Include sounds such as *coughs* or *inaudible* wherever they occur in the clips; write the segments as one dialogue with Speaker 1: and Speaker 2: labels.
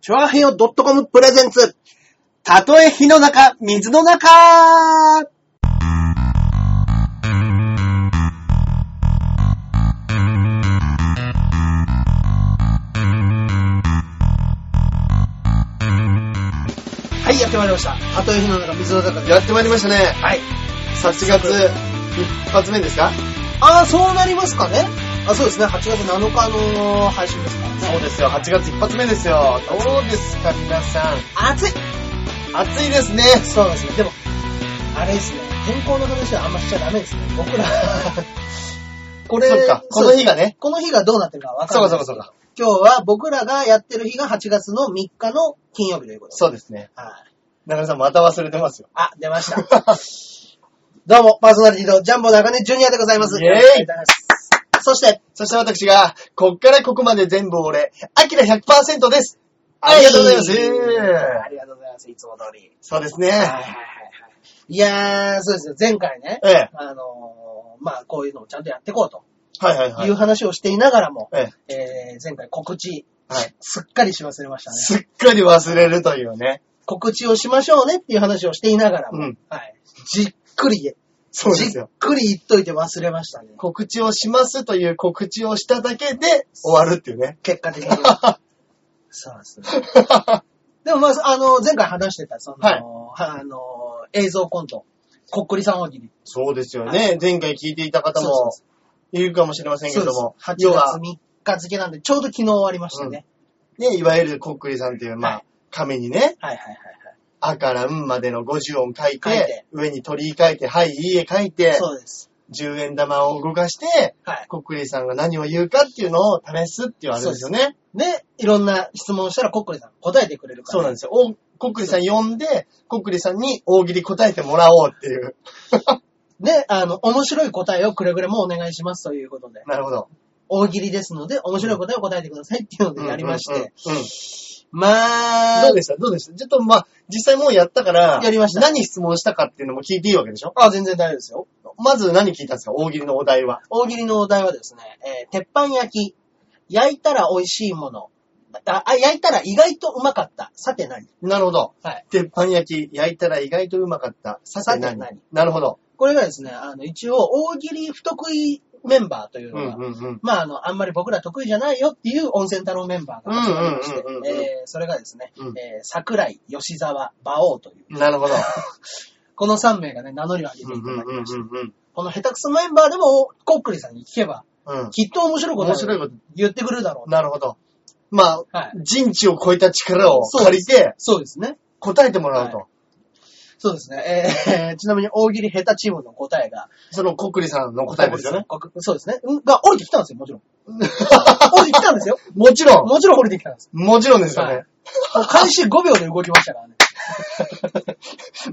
Speaker 1: チョアヘヨ .com プレゼンツ。たとえ火の中、水の中はい、やってまいりました。たとえ火の中、水の中で。
Speaker 2: やってまいりましたね。
Speaker 1: はい。
Speaker 2: 8月一発目ですか
Speaker 1: ああ、そうなりますかね。あ、そうですね。8月7日の配信ですからね。
Speaker 2: そうですよ。8月一発目ですよ。どうですか、皆さん。
Speaker 1: 暑い
Speaker 2: 暑いですね。
Speaker 1: そうですね。でも、あれですね。天候の話はあんましちゃダメですね。僕
Speaker 2: *laughs*
Speaker 1: ら。これ
Speaker 2: そっかこの日がね。
Speaker 1: そうこの日がどうなってるかわか
Speaker 2: そ
Speaker 1: んな
Speaker 2: うか
Speaker 1: い。
Speaker 2: そうかそうか。
Speaker 1: 今日は僕らがやってる日が8月の3日の金曜日ということです。
Speaker 2: そうですね。
Speaker 1: はい
Speaker 2: 中根さんまた忘れてますよ。
Speaker 1: あ、出ました。どうも、パーソナリティのジャンボ中根ジュニアでございます。
Speaker 2: イェーイ
Speaker 1: よろしくお願いいたしますそして、
Speaker 2: *laughs* そして私が、こっからここまで全部俺、アキラ100%です。ありがとうございます。
Speaker 1: はいありがとうございます。いつも通り。
Speaker 2: そうです
Speaker 1: はいはいは
Speaker 2: ね。
Speaker 1: いはい。いやー、そうですよ。前回ね、
Speaker 2: ええ。
Speaker 1: あのー、まあ、こういうのをちゃんとやっていこうと
Speaker 2: はいはいはいい。
Speaker 1: う話をしていながらも、
Speaker 2: ええ。
Speaker 1: えー、前回告知、
Speaker 2: はい。
Speaker 1: すっかりし忘れましたね。
Speaker 2: すっかり忘れるというね。
Speaker 1: 告知をしましょうねっていう話をしていながらも、
Speaker 2: うん
Speaker 1: はい、じっくり、
Speaker 2: そうで
Speaker 1: じ
Speaker 2: す
Speaker 1: っ
Speaker 2: よ。
Speaker 1: くり言っといて忘れましたね。
Speaker 2: 告知をしますという告知をしただけで終わるっていうね。
Speaker 1: 結果的には。そうですね。でもまあ、あの、前回話してた、その、
Speaker 2: はい
Speaker 1: はあの、映像コント、こっくりさん大喜利。
Speaker 2: *laughs* そうですよ
Speaker 1: は
Speaker 2: ね。前回聞いていた方も
Speaker 1: そ
Speaker 2: いるかもしれませんけ
Speaker 1: そう
Speaker 2: ど
Speaker 1: です。
Speaker 2: も、
Speaker 1: 8
Speaker 2: 要
Speaker 1: 月
Speaker 2: は、
Speaker 1: 3日付なんで、ちょうど昨日終わりましたね。
Speaker 2: ね、いわゆるこっくりさんっていう、ま
Speaker 1: は
Speaker 2: あ、紙にね、
Speaker 1: はいはいはい
Speaker 2: あからうんまでの50音書い
Speaker 1: 書い
Speaker 2: て
Speaker 1: て、
Speaker 2: 上に鳥居書いて、はい、いいえ書い
Speaker 1: はい。
Speaker 2: て、
Speaker 1: そうです。
Speaker 2: 10円玉を動かして、
Speaker 1: はい。
Speaker 2: こっくりさんが何を言うかっていうのを試すっていうあれですよね。
Speaker 1: で、いろんな質問したらこっくりさん答えてくれるから。
Speaker 2: そうなんですよ。おこっくりさん呼んで、こっくりさんに大喜利答えてもらおうっていう。
Speaker 1: で、あの、面白い答えをくれぐれもお願いしますということで、
Speaker 2: なるほど。
Speaker 1: 大喜利ですので、面白い答えを答えてくださいっていうのでやりまして、
Speaker 2: うん。うんうん
Speaker 1: まあ、
Speaker 2: どうでしたどうでしたちょっとまあ、実際もうやったから、
Speaker 1: やりました
Speaker 2: 何質問したかっていうのも聞いていいわけでしょ
Speaker 1: あ、全然大丈夫ですよ。
Speaker 2: まず何聞いたんですか大喜利のお題は。
Speaker 1: 大喜利のお題はですね、えー鉄板焼き、焼いたら美味しいもの、あ、あ焼いたら意外とうまかった、さて何
Speaker 2: なるほど。
Speaker 1: はい。
Speaker 2: 鉄板焼き、焼いたら意外とうまかった。さて
Speaker 1: さて
Speaker 2: 何
Speaker 1: 何
Speaker 2: なるほど。
Speaker 1: これがですね、あの、一応、大喜利不得意メンバーという
Speaker 2: う
Speaker 1: の
Speaker 2: ん
Speaker 1: が、
Speaker 2: うんうん。
Speaker 1: まあ、あの、あんまり僕ら得意じゃないよっていう温泉太郎メンバーが集まりまして
Speaker 2: うんうんうんうんうん、
Speaker 1: えーそれがですね、
Speaker 2: うん
Speaker 1: えー桜井、吉沢、馬王という、
Speaker 2: なるほど。
Speaker 1: この3名がね、名乗りを上げ
Speaker 2: うん
Speaker 1: て
Speaker 2: う
Speaker 1: い
Speaker 2: ん
Speaker 1: ただきまして、
Speaker 2: うんうん
Speaker 1: この下手くそメンバーでも、コックリさんに聞けば、
Speaker 2: うん。うん。
Speaker 1: きっと面白いこ
Speaker 2: 面白い
Speaker 1: とを
Speaker 2: こと。
Speaker 1: 言ってくれるだろうな。
Speaker 2: なるほど。まあ、
Speaker 1: はい。
Speaker 2: 人知を超えた力を
Speaker 1: そう
Speaker 2: 借りて
Speaker 1: そうですね。
Speaker 2: 答えてもらうと。
Speaker 1: そうですね。えー、 *laughs* ちなみに大喜利下手チームの答えが、
Speaker 2: そのコックリさんの答えですよね。
Speaker 1: コックリさん。そうですね。うんが、降りてきたんですよ、も
Speaker 2: *laughs*
Speaker 1: ちろん。降りてきたんですよ。
Speaker 2: もちろん。
Speaker 1: もちろん降りてきたんです。
Speaker 2: もちろんですよ
Speaker 1: はい
Speaker 2: ね。
Speaker 1: もう開始5秒で動きましたからね。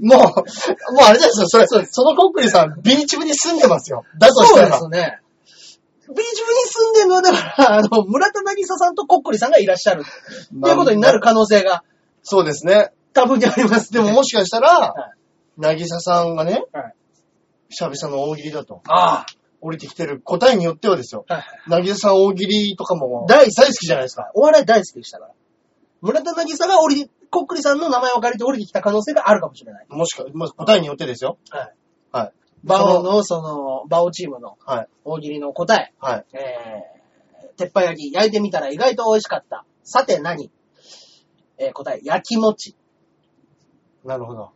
Speaker 2: もう、もうあれじゃないですか、それ、そのコックリさん、ビーチ部に住んでますよ。だとし
Speaker 1: そう
Speaker 2: た
Speaker 1: で
Speaker 2: ら。
Speaker 1: すね。ビーチ部に住んでるのは、だから、あの、村田渚さんとコックリさんがいらっしゃる。っていうことになる可能性が
Speaker 2: そうですね。
Speaker 1: 多分にあります。
Speaker 2: でも
Speaker 1: も
Speaker 2: もしかしたら、なぎささんがね、
Speaker 1: はい
Speaker 2: 久々の大喜利だと、
Speaker 1: あ
Speaker 2: 降りてきてる答えによってはですよ。
Speaker 1: あ。はい。
Speaker 2: なぎささん大喜利とかも、
Speaker 1: 大好き
Speaker 2: 大好きじゃないですか。
Speaker 1: お笑い大好きでしたから。村田渚が降り、コックリさんの名前を借りて降りてきた可能性があるかもしれない。
Speaker 2: もしか、もう答えによってですよ。
Speaker 1: はい。
Speaker 2: はい。
Speaker 1: バオの、その、バオチームの
Speaker 2: はい。
Speaker 1: 大喜利の答え。
Speaker 2: はい。
Speaker 1: えー、鉄板焼き、焼いてみたら意外と美味しかった。さて何えー、答え、焼き餅。
Speaker 2: なるほど。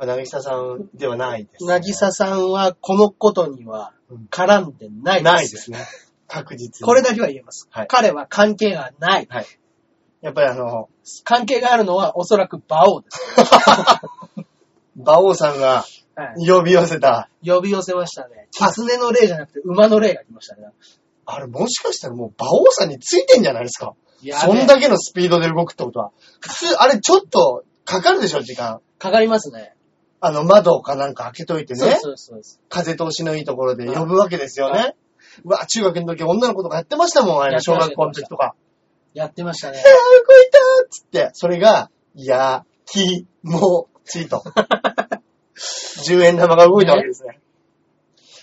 Speaker 2: やっぱなぎささんではないです。
Speaker 1: なぎささんはこのことには絡んでないです。
Speaker 2: ないですね。確実に。
Speaker 1: これだけは言えます。
Speaker 2: はい
Speaker 1: 彼は関係がない。
Speaker 2: はい。やっぱりあの、
Speaker 1: 関係があるのはおそらく馬王です。
Speaker 2: *laughs* 馬王さんが
Speaker 1: はい。
Speaker 2: 呼び寄せた、
Speaker 1: 呼び寄せましたね。狐の霊じゃなくて馬の霊が来ましたね。
Speaker 2: あれもしかしたらもう馬王さんについてんじゃないですか。
Speaker 1: いや
Speaker 2: そんだけのスピードで動くってことは。普通、あれちょっとかかるでしょ、時間。
Speaker 1: かかりますね。
Speaker 2: あの、窓かなんか開けといて
Speaker 1: そうで
Speaker 2: ね
Speaker 1: す、。そうですそうです。
Speaker 2: 風通しのいいところで呼ぶわけですよね。うわ、中学の時女の子とかやってましたもん、あ
Speaker 1: や
Speaker 2: れ、
Speaker 1: ってま
Speaker 2: 小
Speaker 1: した
Speaker 2: 学校の時とか。
Speaker 1: やってま
Speaker 2: *laughs*
Speaker 1: したね
Speaker 2: えー、。動いたーっつって、それが、や、き、も、ちと。10円玉が動いたわけですね。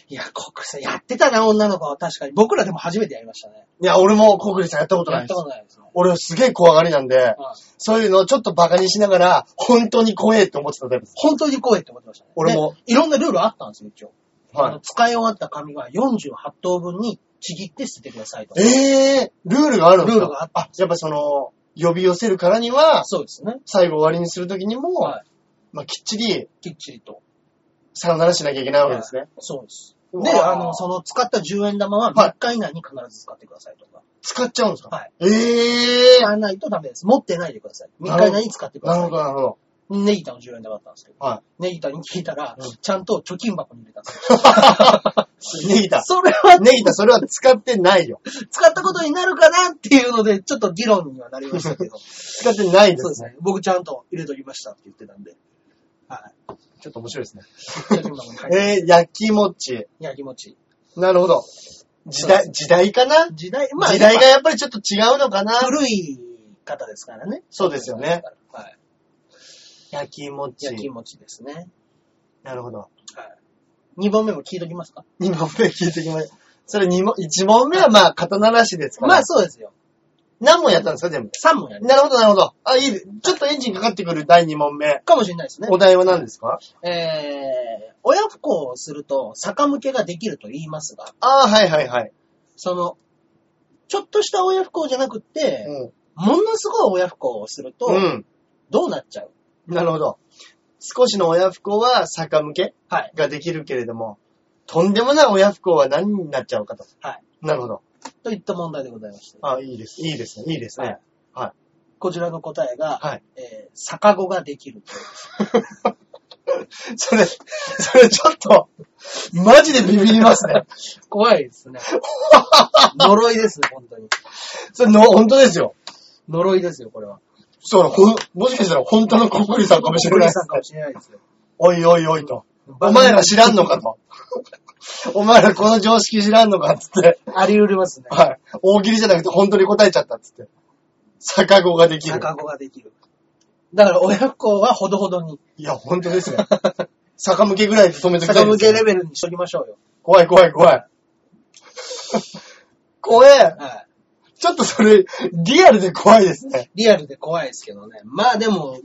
Speaker 1: いや、国産やってたな、女の子は確かに。僕らでも初めてやりましたね。
Speaker 2: いや、俺もコクリさんやったことな
Speaker 1: や
Speaker 2: い
Speaker 1: っ
Speaker 2: で
Speaker 1: た
Speaker 2: す
Speaker 1: こ。とないですね。
Speaker 2: 俺すげえ怖がりなんで、
Speaker 1: はい
Speaker 2: そういうのをちょっとバカにしながら、本当に怖えって思ってたタイプです。
Speaker 1: 本当に怖いって思ってましたね。
Speaker 2: 俺も
Speaker 1: で。いろんなルールあったんですよ、一応。
Speaker 2: は
Speaker 1: あ
Speaker 2: い
Speaker 1: の使い終わった紙は48等分にちぎって捨ててくださいと。
Speaker 2: ええルールがあるんですか
Speaker 1: ルールがあっ
Speaker 2: あ、やっぱその、呼び寄せるからには、
Speaker 1: そうですね。
Speaker 2: 最後終わりにするときにも、
Speaker 1: はい
Speaker 2: まあ、きっちり、
Speaker 1: きっちりと。
Speaker 2: さよならしなきゃいけないわけですね。
Speaker 1: そうです。
Speaker 2: う
Speaker 1: で、
Speaker 2: わ
Speaker 1: あ
Speaker 2: ー
Speaker 1: の、その使った10円玉は
Speaker 2: はい
Speaker 1: 3日以内に必ず使ってくださいとか。
Speaker 2: 使っちゃうんですか
Speaker 1: はい。
Speaker 2: ええ
Speaker 1: やらないとダメです。持ってないでください。3日以内に使ってくださ
Speaker 2: なるほ
Speaker 1: い
Speaker 2: ど、。なるほど。
Speaker 1: ネギタの10円玉だったんですけど。
Speaker 2: は
Speaker 1: ネギタに聞いたら、
Speaker 2: うん
Speaker 1: ちゃんと貯金箱に入れたんですよ。 *laughs*
Speaker 2: い。ネギタ。
Speaker 1: それは
Speaker 2: ネギタ、それは使ってないよ。
Speaker 1: 使ったことになるかなっていうので、ちょっと議論にはなりま
Speaker 2: *laughs*
Speaker 1: したけど。
Speaker 2: 使ってないで
Speaker 1: そうですす
Speaker 2: ね。
Speaker 1: ね。僕ちゃんと入れときましたって言ってた
Speaker 2: *laughs*
Speaker 1: んで。はい。
Speaker 2: ちょっと面白いですね。
Speaker 1: 貯金箱に入って。
Speaker 2: ええ焼きもち。
Speaker 1: いや、気持ちいい。
Speaker 2: なるほど。時代、時代かな、
Speaker 1: 時代、まあ、
Speaker 2: 時代がやっぱりちょっと違うのかな
Speaker 1: 古い方ですからね。
Speaker 2: そうですよね。
Speaker 1: はい。
Speaker 2: 焼きもち。
Speaker 1: 焼きもちですね。
Speaker 2: なるほど。
Speaker 1: 2本目も聞いときますか
Speaker 2: 2問目聞いてきました。それ二問、1問目はまあ、刀らしですから。
Speaker 1: まあ、そうですよ。
Speaker 2: 何問やったんですか、全部。
Speaker 1: 3本やる。
Speaker 2: なるほど、なるほど。あ、いいです。ちょっとエンジンかかってくる第2問目。
Speaker 1: かもしれないですね
Speaker 2: お。題は何ですか
Speaker 1: えー、親不孝をすると逆向けができると言いますが、
Speaker 2: ああ、はいはいはい。
Speaker 1: その、ちょっとした親不孝じゃなくって、
Speaker 2: う
Speaker 1: ものすごい親不孝をすると、
Speaker 2: ん。うん。
Speaker 1: どうなっちゃう、
Speaker 2: なるほど。少しの親不幸は逆向け
Speaker 1: はい。
Speaker 2: ができるけれども、とんでもない親不幸は何になっちゃうかと。
Speaker 1: はい。
Speaker 2: なるほど。
Speaker 1: といった問題でございまして。
Speaker 2: あいいです。いいですね。いいですね。
Speaker 1: こちらの答えが、
Speaker 2: はい
Speaker 1: えー、逆子ができると。
Speaker 2: それ、それちょっと、マジでビビりますね。
Speaker 1: 怖いですね。 *laughs* 呪いですね、本当に。
Speaker 2: それの、本当ですよ。
Speaker 1: 呪いですよ、これは。
Speaker 2: そう、ほん、もしかしたら本当の国立さんかもしれ
Speaker 1: 呪
Speaker 2: ない
Speaker 1: いさんかもしれないですよ。
Speaker 2: *laughs* おいおいおいと。お前ら知らんのかと。 *laughs* お前らこの常識知らんのかっつって。
Speaker 1: あり得りますね。
Speaker 2: はい。大喜利じゃなくて本当に答えちゃったっつって。逆語ができる。
Speaker 1: 逆子ができる。だから親不孝はほどほどに。
Speaker 2: いや、本当ですね。逆向けぐらいで止めときた
Speaker 1: 逆
Speaker 2: いで
Speaker 1: 向
Speaker 2: すね、
Speaker 1: けレベルにしときましょうよ。
Speaker 2: 怖い怖い怖い。怖え。
Speaker 1: はい。
Speaker 2: ちょっとそれ、リアルで怖いですね。
Speaker 1: リアルで怖いですけどね。まあでも、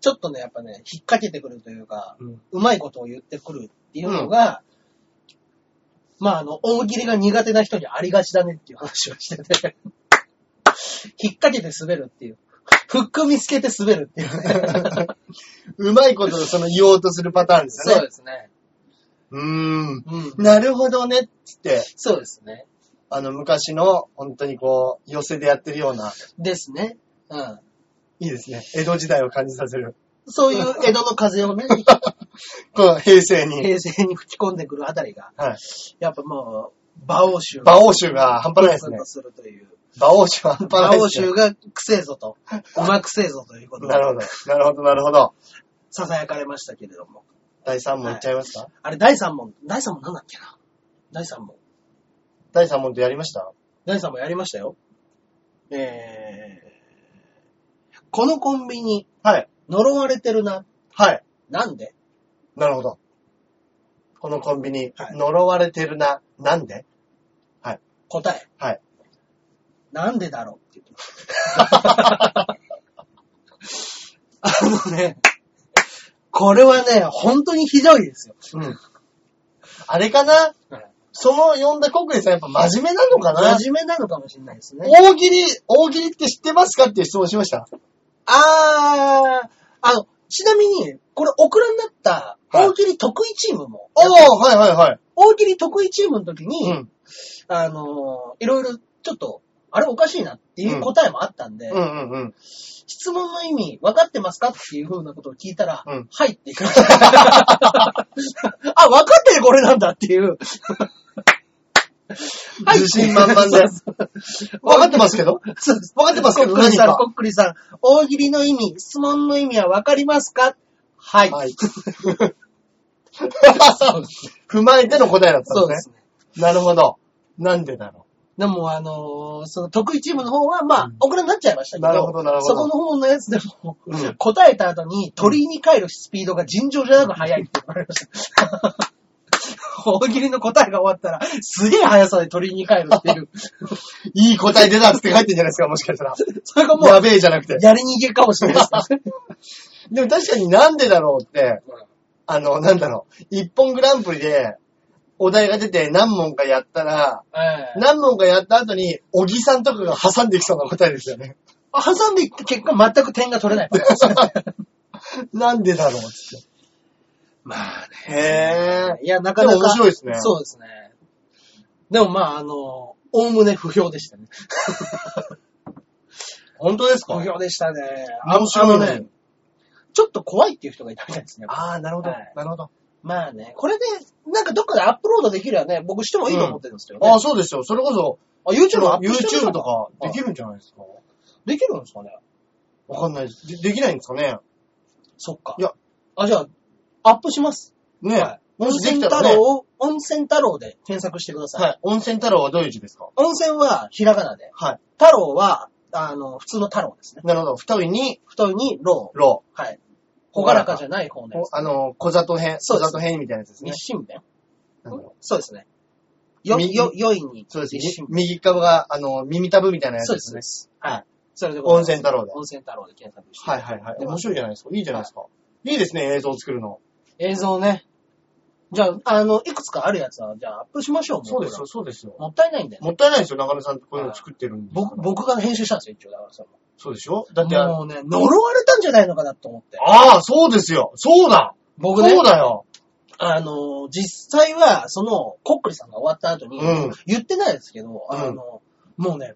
Speaker 1: ちょっとね、やっぱね、引っ掛けてくるというか、
Speaker 2: うん
Speaker 1: うまいことを言ってくるっていうのが、まああの、大喜利が苦手な人にありがちだねっていう話をしてて、引っ掛けて滑るっていう。フック見つけて滑るっていう
Speaker 2: *laughs*
Speaker 1: ね。
Speaker 2: うまいことその言おうとするパターンですよ
Speaker 1: そう
Speaker 2: ね。
Speaker 1: ですね。
Speaker 2: うーん。
Speaker 1: うん。
Speaker 2: なるほどね、っつって、
Speaker 1: そうですね。
Speaker 2: あの、昔の、本当にこう、寄せでやってるような、
Speaker 1: ですね。うん。
Speaker 2: いいですね。江戸時代を感じさせる。
Speaker 1: そういう江戸の風
Speaker 2: *laughs*
Speaker 1: をね、
Speaker 2: この平成に。
Speaker 1: 平成に吹き込んでくるあたりが、
Speaker 2: はい。
Speaker 1: やっぱもう、馬王衆
Speaker 2: 馬王衆が半端ないですね。
Speaker 1: するという。
Speaker 2: 馬王衆は半端な
Speaker 1: 馬
Speaker 2: いで
Speaker 1: 王
Speaker 2: すね
Speaker 1: 衆。がくせえぞと、うまくせえぞということで
Speaker 2: な、るほど。なるほど、なるほど。
Speaker 1: 囁かれましたけれども。
Speaker 2: 第3問いっちゃいますか、
Speaker 1: あれ、第3問、第3問なんだっけな第3問。
Speaker 2: 第3問ってやりました
Speaker 1: 第3問やりましたよ。えー、このコンビニ、
Speaker 2: はい。
Speaker 1: 呪われてるな。
Speaker 2: はい。
Speaker 1: なんで
Speaker 2: なるほど。このコンビニ、
Speaker 1: はい
Speaker 2: 呪われてるな。なんで
Speaker 1: 答え。
Speaker 2: はい。
Speaker 1: なんでだろうって言ってま *laughs* した。あのね、これはね、本当にひどいですよ。
Speaker 2: うん。あれかな、
Speaker 1: はい
Speaker 2: その読んだ国立さんやっぱ真面目なのかな
Speaker 1: 真面目なのかもしれないですね。
Speaker 2: 大喜利、大喜利って知ってますかっていう質問しました。
Speaker 1: あー、あの、ちなみに、これ、オクラになった、
Speaker 2: はい
Speaker 1: 大喜利得意チームも、
Speaker 2: おー、はいはいはい。
Speaker 1: 大喜利得意チームの時に、
Speaker 2: うん。
Speaker 1: あのーいろいろ、ちょっと、あれおかしいなっていう答えもあったんで、
Speaker 2: うんうんうん。
Speaker 1: 質問の意味、分かってますかっていう風なことを聞いたら、
Speaker 2: うん
Speaker 1: はいって言いました。 *laughs* あ、分かってるこれなんだっていう。はい
Speaker 2: *laughs* 自信満々 *laughs* で。わかってますけど
Speaker 1: そうです。
Speaker 2: わかってますけど
Speaker 1: こっくりさん、
Speaker 2: 何か
Speaker 1: こっくりさん、大喜利の意味、質問の意味は分かりますかはい。
Speaker 2: はい。 *laughs* 踏まえての答えだった
Speaker 1: そ
Speaker 2: ん
Speaker 1: うで
Speaker 2: です
Speaker 1: す
Speaker 2: ね。
Speaker 1: ね。
Speaker 2: なるほど。なんでだろ
Speaker 1: でも、あのーその得意チームの方は、まあ、オクラになっちゃいましたけど、
Speaker 2: なるほどなるほ
Speaker 1: そ
Speaker 2: ど
Speaker 1: この方のやつでも、
Speaker 2: うん
Speaker 1: 答えた後に鳥居に帰るスピードが尋常じゃなく速いって言われました。大喜利の答えが終わったら、すげえ速さで取りに帰るっていう。
Speaker 2: いい答え出たっつって書いてんじゃないですか、もしかしたら。
Speaker 1: それがも
Speaker 2: や
Speaker 1: う、
Speaker 2: べえじゃなくて。
Speaker 1: やりに行けるかもしれない
Speaker 2: *laughs*
Speaker 1: ですね。
Speaker 2: でも確かになんでだろうって、あの、なんだろう。一本グランプリで、お題が出て何問かやったら、
Speaker 1: ええ
Speaker 2: 何問かやった後に、小木さんとかが挟んできそうな答えです
Speaker 1: *laughs*
Speaker 2: よね。
Speaker 1: 挟んでいった結果全く点が取れない。
Speaker 2: なんでだろうって。
Speaker 1: まあね。い
Speaker 2: へ
Speaker 1: や、なかなか。
Speaker 2: でも面白いですね
Speaker 1: そうですね。でもまあ、あの、おおむね不評でしたね。
Speaker 2: 本当です
Speaker 1: 不評でしたね。あ
Speaker 2: 面白いね
Speaker 1: あのね、ちょっと怖いっていう人がいたみたいですね。
Speaker 2: ああ、なるほど。
Speaker 1: はい
Speaker 2: なるほど。
Speaker 1: まあね、これで、なんかどっかでアップロードできるよね、僕してもいいと思ってるんですけどね。
Speaker 2: ああ、そうですよ。それこそ、
Speaker 1: あ、YouTube アップしてる
Speaker 2: YouTube
Speaker 1: の
Speaker 2: と
Speaker 1: か。
Speaker 2: かできるんじゃないですか。
Speaker 1: できるんですかね
Speaker 2: わかんないです。でできないんですかね。
Speaker 1: そっか。
Speaker 2: いや。
Speaker 1: あ、じゃあ、アップします。
Speaker 2: ね
Speaker 1: はい
Speaker 2: も
Speaker 1: 温
Speaker 2: しでき
Speaker 1: 泉
Speaker 2: た
Speaker 1: 太
Speaker 2: らね
Speaker 1: 郎。を、温泉太郎で検索してください。
Speaker 2: はい。温泉太郎はどういう字ですか
Speaker 1: 温泉はひらがなで、
Speaker 2: はい。
Speaker 1: 太郎は、あの、普通の太郎ですね。
Speaker 2: なるほど。太いに、
Speaker 1: 太いにロー。
Speaker 2: ろ
Speaker 1: はい。ほがらかじゃない方のや
Speaker 2: う。
Speaker 1: つ。
Speaker 2: あの、小里編、
Speaker 1: そう
Speaker 2: 小
Speaker 1: です
Speaker 2: 里編みたいなやつですね
Speaker 1: 日。清弁
Speaker 2: なんだろう
Speaker 1: そうですね。よ、
Speaker 2: 右
Speaker 1: よ、よいに。
Speaker 2: そうです
Speaker 1: 日清
Speaker 2: ね。
Speaker 1: 弁。
Speaker 2: 右側が、あの、耳たぶみたいなやつ
Speaker 1: そう
Speaker 2: で
Speaker 1: ですす
Speaker 2: ね。
Speaker 1: はい。それで
Speaker 2: 温泉太郎で
Speaker 1: 温泉太郎で検索して。
Speaker 2: はいはいはい。
Speaker 1: で
Speaker 2: 面白いじゃないですか。いいじゃないですか。いいですね、映像を作るの。
Speaker 1: 映像ね。じゃあ、あの、いくつかあるやつは、じゃあアップしましょう。も
Speaker 2: そうですよ、。そうですよ。
Speaker 1: もったいないんで。
Speaker 2: もったいないですよ、中野さんってこういうの作ってるんですから
Speaker 1: 僕、。僕が編集したんですよ、一応。だからそれも
Speaker 2: そうでしょだって、あ
Speaker 1: もうね、呪われたんじゃないのかなと思って。
Speaker 2: あ、そうですよ。そうだ。
Speaker 1: 僕ね
Speaker 2: そ、うだよ。
Speaker 1: あの、実際は、その、コックリさんが終わった後に、
Speaker 2: うん
Speaker 1: 言ってないですけど、あの、もうね、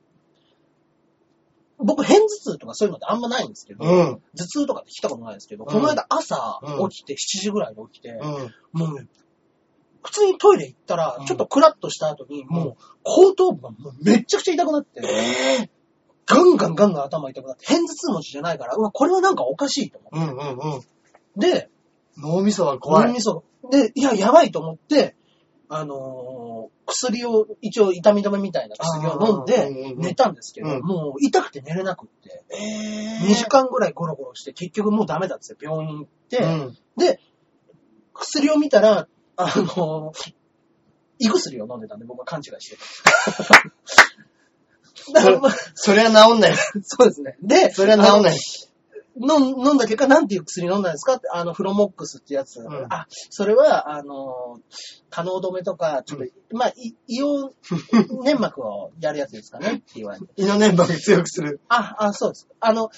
Speaker 1: 僕、片頭痛とかそういうのってあんまないんですけど、
Speaker 2: うん。
Speaker 1: 頭痛とかって来たことないんですけど、
Speaker 2: うん
Speaker 1: この間朝
Speaker 2: うん
Speaker 1: 起きて、7時ぐらいに起きて、
Speaker 2: うん。
Speaker 1: もうね、普通にトイレ行ったら
Speaker 2: う、ん
Speaker 1: ちょっとクラッとした後に、もう、後頭部がもうめちゃくちゃ痛くなって、
Speaker 2: ええ。
Speaker 1: ガンガンガンガン頭痛くなって、片頭痛持ちじゃないから、うわ、これはなんかおかしいと思
Speaker 2: うんうんうん。
Speaker 1: って。で、
Speaker 2: 脳みそが怖
Speaker 1: 脳
Speaker 2: い。
Speaker 1: みそがで、いや、やばいと思って、あのー薬を、一応痛み止めみたいな薬を飲ん
Speaker 2: あー
Speaker 1: で
Speaker 2: うんうん、うん
Speaker 1: 寝たんですけど、
Speaker 2: うん
Speaker 1: もう痛くて寝れなくって、
Speaker 2: え
Speaker 1: 2時間ぐらいゴロゴロして、結局もうダメだっつって病院行って、
Speaker 2: うん。
Speaker 1: で、薬を見たら、あのー胃薬を飲んでたんで、僕は勘違いして。だからまあ
Speaker 2: *laughs* それは治んない。
Speaker 1: そうですね。で、
Speaker 2: それは治んない。
Speaker 1: 飲ん飲んだ結果、なんていう薬飲んだんですかって、あの、フロモックスってやつ。
Speaker 2: ん
Speaker 1: あ、それは、あの、可能止めとか、ちょっと、まあ、い
Speaker 2: *laughs*
Speaker 1: 硫黄粘膜をやるやつですかねって言われて。
Speaker 2: 胃の粘膜強くする。
Speaker 1: あ、あ、そうです。あの、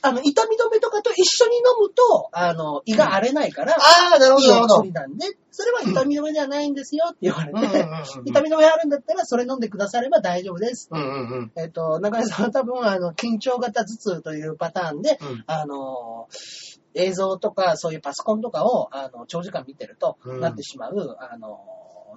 Speaker 1: あの、痛み止めとかと一緒に飲むと、あの、胃が荒れないから、
Speaker 2: ああ、なるほ
Speaker 1: いい
Speaker 2: ど、なる
Speaker 1: お
Speaker 2: ほど。
Speaker 1: 薬なんで、それは痛み止めではないんですよって言われ
Speaker 2: うんうん
Speaker 1: て、痛み止めあるんだったら、それ飲んでくだされば大丈夫です。
Speaker 2: うんうん。
Speaker 1: えっ、と、中井さんは多分、あの、緊張型頭痛というパターンで、
Speaker 2: うん
Speaker 1: あの、映像とか、そういうパソコンとかを、あの、長時間見てると、
Speaker 2: うん
Speaker 1: なってしまう、あの、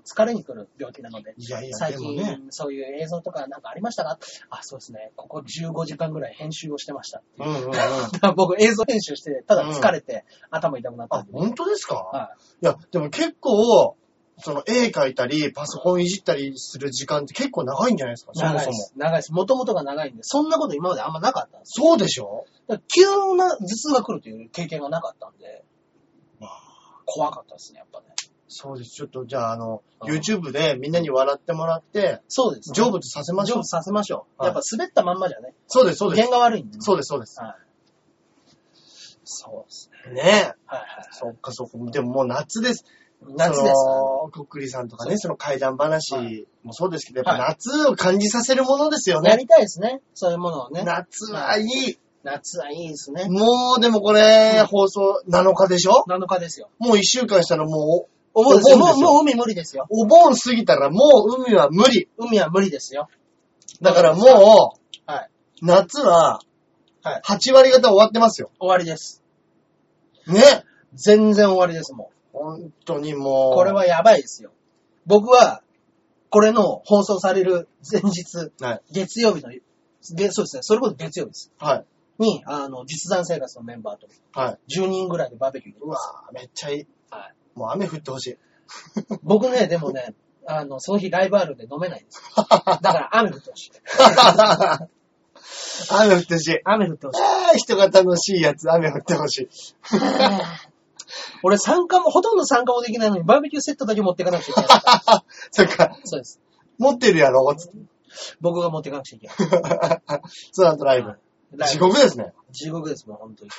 Speaker 1: 疲れにくる病気なので、
Speaker 2: いやいや、
Speaker 1: 最
Speaker 2: でも
Speaker 1: 近、
Speaker 2: ね。
Speaker 1: そういう映像とかなんかありましたかあ、そうですね。ここ15時間ぐらい編集をしてました。
Speaker 2: うんうんうん。 *laughs*
Speaker 1: だから *laughs* 僕、映像編集して、ただ疲れて、頭痛くなった
Speaker 2: あ
Speaker 1: ん、で。
Speaker 2: 本当ですか、、
Speaker 1: はい
Speaker 2: や、でも結構、その絵描いたり、パソコンいじったりする時間って結構長いんじゃないですかそも
Speaker 1: 長い
Speaker 2: そ
Speaker 1: で
Speaker 2: も
Speaker 1: す。。長いです。もともとが長いんで、そんなこと今まであんまなかったんです
Speaker 2: そうでしょ
Speaker 1: だから急な頭痛が来るという経験がなかったんで、怖かったですね、やっぱね。
Speaker 2: そうです。ちょっと、じゃあ、あの、
Speaker 1: うん
Speaker 2: YouTube でみんなに笑ってもらって、
Speaker 1: そうです、
Speaker 2: 成仏させましょ
Speaker 1: 成
Speaker 2: う。
Speaker 1: 仏させましょう。
Speaker 2: は
Speaker 1: や
Speaker 2: い
Speaker 1: っぱ滑ったまんまじゃね、
Speaker 2: そうです、そうで
Speaker 1: 弦
Speaker 2: す。
Speaker 1: が悪いんで、ね。
Speaker 2: そうです、そうです。
Speaker 1: はい。そうですね。
Speaker 2: ね
Speaker 1: は
Speaker 2: え。
Speaker 1: いはい。
Speaker 2: そっか、そっか。でももう夏です。
Speaker 1: 夏です
Speaker 2: そのこっくりさんとかね、その怪談
Speaker 1: は
Speaker 2: 話もそうですけど、やっぱ
Speaker 1: は
Speaker 2: 夏を感じさせるものですよ
Speaker 1: ね。や
Speaker 2: ね。
Speaker 1: りたいですね。そういうものをね。
Speaker 2: 夏はいい。
Speaker 1: 夏はいいですね。
Speaker 2: もう、でもこれ、放送7日でしょ
Speaker 1: 7日ですよ。
Speaker 2: もう1週間したらもう、
Speaker 1: お盆ですよ。
Speaker 2: お盆
Speaker 1: も
Speaker 2: で
Speaker 1: う、
Speaker 2: すよ
Speaker 1: もう海無理ですよ。
Speaker 2: お盆過ぎたらもう海は無理。
Speaker 1: 海は無理ですよ。
Speaker 2: だからも
Speaker 1: はい。
Speaker 2: う、夏は、
Speaker 1: はい
Speaker 2: 8割方終わってますよ。
Speaker 1: 終わりです。
Speaker 2: ね。
Speaker 1: 全然終わりです、もう。
Speaker 2: 本当にもう。
Speaker 1: これはやばいですよ。僕は、これの放送される前日、
Speaker 2: はい。
Speaker 1: 月曜日の、げそうですね、それこそ月曜日です。
Speaker 2: はい。
Speaker 1: に、あの、実弾生活のメンバーと
Speaker 2: はい。
Speaker 1: 10人ぐらいでバーベキューに行き
Speaker 2: うわ
Speaker 1: ます。
Speaker 2: ぁ、めっちゃいい。
Speaker 1: は
Speaker 2: もう雨降ってほしい。
Speaker 1: 僕ね、でもね、あの、その日ライブあるんで飲めないんですよ。
Speaker 2: *laughs*
Speaker 1: だから雨降ってほしい。
Speaker 2: *laughs* 雨降ってほしい。
Speaker 1: 雨降ってほしい。
Speaker 2: ああ、人が楽しいやつ、雨降ってほしい。
Speaker 1: 俺参加も、ほとんど参加もできないのに、バーベキューセットだけ持っていかなくちゃいけ
Speaker 2: *laughs*
Speaker 1: ない。
Speaker 2: *laughs* そっか、
Speaker 1: そうです。
Speaker 2: 持ってるやろ *laughs* つって
Speaker 1: 僕が持っていかなくちゃいけない。
Speaker 2: ツアーとライブ。
Speaker 1: ライブ
Speaker 2: 地獄ですね。
Speaker 1: 地獄です、もう本当に。